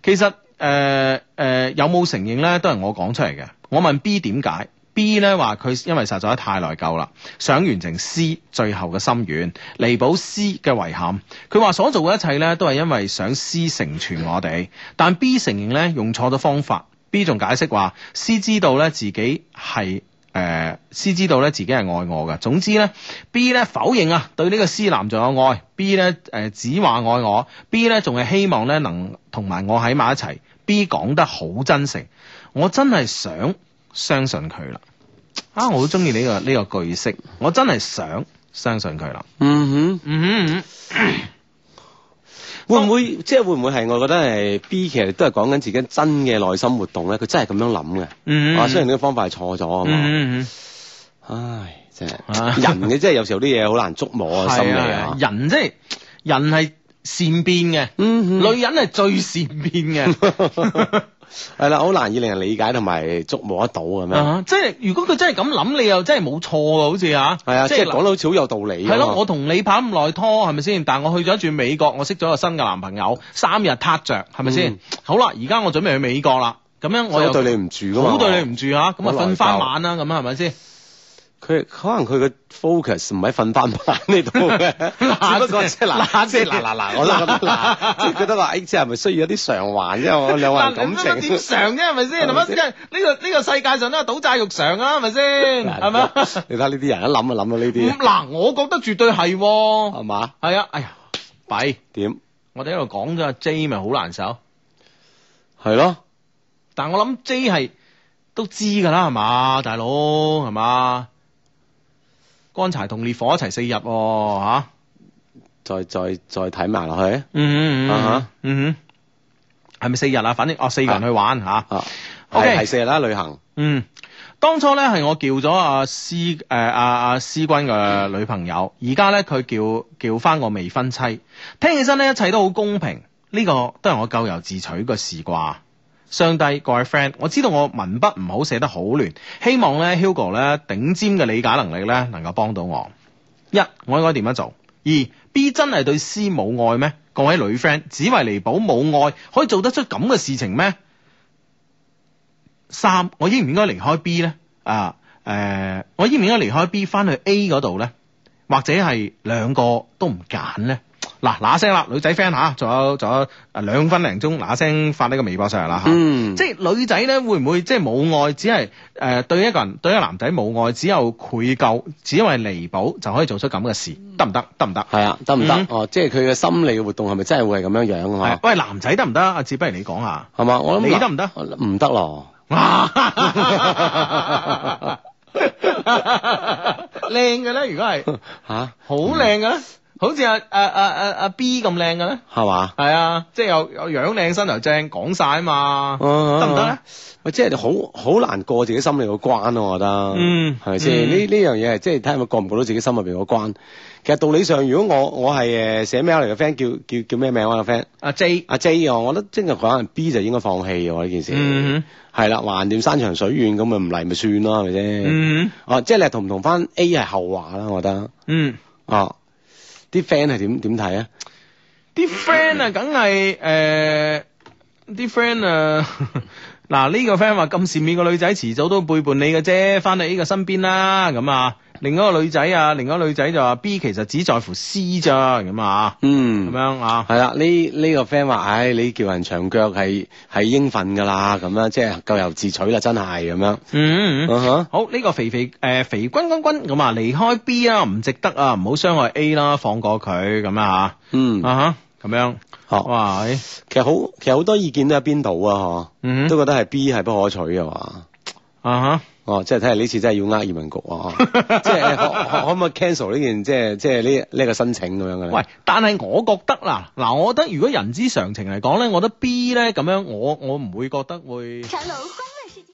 Speaker 4: 其實誒誒、呃呃有冇承認呢？都係我講出嚟嘅。我問 B 點解，B 呢話佢因為實在太內疚啦，想完成 C 最後嘅心願，彌補 C 嘅遺憾。佢話所做嘅一切呢，都係因為想 C 成全我哋，但 B 承認呢，用錯咗方法。B 仲解釋話，C 知道呢自己係。誒、C 知道咧自己係愛我嘅。總之咧，B 咧否認啊，對呢個 C 男仲有愛。B 咧誒、只話愛我，B 咧仲係希望咧能同埋我喺埋一齊。B 講得好真誠，我真係想相信佢啦。啊，我好中意呢個呢、個句式，我真係想相信佢啦。
Speaker 2: 嗯哼，
Speaker 4: 嗯
Speaker 2: 會唔會即係會唔會係我覺得係 B 其實都係講緊自己真嘅內心活動咧？佢真係咁樣諗嘅。
Speaker 4: 嗯
Speaker 2: 啊，雖然呢個方法係錯咗啊嘛，
Speaker 4: 嗯嗯
Speaker 2: 唉，真
Speaker 4: 啊
Speaker 2: 係人嘅真係有時候啲嘢好難捉摸
Speaker 4: 嗯，
Speaker 2: 啊，心 理
Speaker 4: 係
Speaker 2: 啊
Speaker 4: 啊，，人即係人係善變嘅，
Speaker 2: 嗯哼
Speaker 4: 女人係最善 變嘅。
Speaker 2: 係啦，好難以令人理解同埋捉摸得到咁樣。
Speaker 4: 啊！即係如果佢真係咁諗，你又真係冇錯喎，好似啊，
Speaker 2: 係啊，即係
Speaker 4: 嗱
Speaker 2: 講得好似好有道理咁啊。
Speaker 4: 係咯，我同你拍咁耐拖係咪先？但我去咗一轉美國，我識咗個新嘅男朋友，三日撻着係咪先
Speaker 2: 嗯？
Speaker 4: 好啦，而家我準備去美國啦，咁樣我
Speaker 2: 我
Speaker 4: 又
Speaker 2: 對你唔住噶嘛，
Speaker 4: 好對你唔住啊，咁啊
Speaker 2: 好內疚
Speaker 4: 瞓翻晚啦，咁啊係咪先？
Speaker 2: 佢可能佢嘅 focus 唔喺瞓翻版呢度 嘅， 只不過即係嗱，即係嗱嗱嗱，我都覺得嗱，即係覺 得話，哎誒，即係咪需要一啲償還啫？我兩個人感
Speaker 4: 嗱你啊點
Speaker 2: 情
Speaker 4: 上啫係咪先？係
Speaker 2: 係
Speaker 4: 咪
Speaker 2: 咪
Speaker 4: 先？
Speaker 2: 先
Speaker 4: 呢個呢個世界上都係賭債肉償啊，係咪先？係咪？
Speaker 2: 你睇呢啲人一諗就諗到呢
Speaker 4: 咁
Speaker 2: 啲，
Speaker 4: 嗱，我覺得絕對係
Speaker 2: 係
Speaker 4: 喎，
Speaker 2: 嘛？
Speaker 4: 係啊，哎呀，弊！
Speaker 2: 點
Speaker 4: 我哋喺度講咗阿 J 咪好難受，
Speaker 2: 係咯？
Speaker 4: 但我諗 J 係都知㗎啦，係嘛，大佬係嘛，乾柴同烈火一齊四日喎吓，
Speaker 2: 再再再睇埋落去
Speaker 4: 嗯
Speaker 2: 嗯
Speaker 4: 嗯
Speaker 2: 啊
Speaker 4: 嗯哼，係咪四日啊？反正哦，四個人去玩吓。
Speaker 2: 啊！
Speaker 4: OK
Speaker 2: 係係四日啦，旅行
Speaker 4: 嗯，當初咧係我叫咗阿思誒阿阿思君嘅女朋友，而家咧佢叫叫翻我未婚妻，聽起身咧一切都好公平，呢、個都係我咎由自取嘅事啩。上帝，各位 friend，我知道我文筆唔好，寫得好亂，希望咧 Hugo 咧頂尖嘅理解能力咧能夠幫到我。一，我應該點樣做？二，B 真係對 C 冇愛咩？各位女 friend，只為彌補冇愛，可以做得出咁嘅事情咩？三，我應唔應該離開 B 呢？啊，誒、我應唔應該離開 B 翻去 A 嗰度呢？或者係兩個都唔揀呢？嗱嗱聲啦，女仔 friend 吓，仲有仲有誒兩分零鐘嗱聲發呢個微博上嚟啦吓。
Speaker 2: 嗯
Speaker 4: 即係女仔咧，會唔會即係冇愛，只係誒、呃、對一個人對一個男仔冇愛，只有愧疚，只因為彌補就可以做出咁嘅事，得唔得？得唔得？
Speaker 2: 係啊，得唔得
Speaker 4: 嗯？
Speaker 2: 哦，即係佢嘅心理嘅活動係咪真係會係咁樣樣
Speaker 4: 係
Speaker 2: 啊？
Speaker 4: 喂，男仔得唔得？阿志，不如你講 下。
Speaker 2: 係嘛？我諗
Speaker 4: 你得唔得？
Speaker 2: 唔得咯。
Speaker 4: 哇靚嘅咧，如果係
Speaker 2: 吓，
Speaker 4: 好靚嘅咧，好似阿阿阿阿阿 B 咁靚嘅咧，
Speaker 2: 係嘛？
Speaker 4: 係啊，即係又又樣靚身頭正，講晒啊嘛，
Speaker 2: 得
Speaker 4: 得唔得咧？？
Speaker 2: 喂，即係你好好難過自己心裏個關咯，我覺得，
Speaker 4: 嗯
Speaker 2: 係咪先？
Speaker 4: 嗯
Speaker 2: 呢呢樣嘢係即係睇下咪過唔過到自己心入邊個關。其實道理上，如果我我係誒呃寫 mail 嚟嘅 friend，叫叫叫咩名啊個 friend？
Speaker 4: 阿 J，
Speaker 2: 阿 J 啊，我覺得即係可能 B 就應該放棄嘅喎呢件事，
Speaker 4: 嗯
Speaker 2: 係啦，橫掂山長水遠咁咪唔嚟咪算咯，係咪
Speaker 4: 哼
Speaker 2: 先？
Speaker 4: 嗯哼
Speaker 2: 哦，即係你係同唔同翻 A 係後話啦，我覺得，
Speaker 4: 嗯。
Speaker 2: 哦，啲 friend 係點點睇啊？
Speaker 4: 啲 friend 啊，梗係誒啲 friend 啊， 嗱呢個 friend 話咁善面個女仔遲早都背叛你嘅啫，翻到 A 嘅身邊啦，咁啊，另一個女仔啊，另一個女仔就話 B 其實只在乎 C 咋，咁啊，咁
Speaker 2: 嗯。
Speaker 4: 樣啊，
Speaker 2: 係啦，呢呢個 friend 話，唉，你叫人長腳係係應份㗎啦，咁樣即係咎由自取啦，真係咁樣。
Speaker 4: 嗯嗯嗯
Speaker 2: 嗯哼，
Speaker 4: 好呢、個肥肥誒、呃肥君君君咁啊，離開 B 啊，唔值得啊，唔好傷害 A 啦，放過佢咁啊
Speaker 2: 嗯，哦
Speaker 4: 嚇，啊嚇咁樣，
Speaker 2: 好，
Speaker 4: 哇，哎
Speaker 2: 其實好，其實好多意見都喺邊度啊，
Speaker 4: 嗯哼
Speaker 2: 嗬，都覺得係 B 係不可取嘅話，
Speaker 4: 啊嚇。
Speaker 2: 哦，即係睇下呢次真係要呃移民局啊，即係可可可唔可以 cancel 呢件即係即係呢呢個申請咁樣嘅咧？
Speaker 4: 喂，，但係我覺得嗱嗱，我覺得如果人之常情嚟講咧，我覺得 B 咧咁樣，我我唔會覺得會。
Speaker 3: 睇老公啦。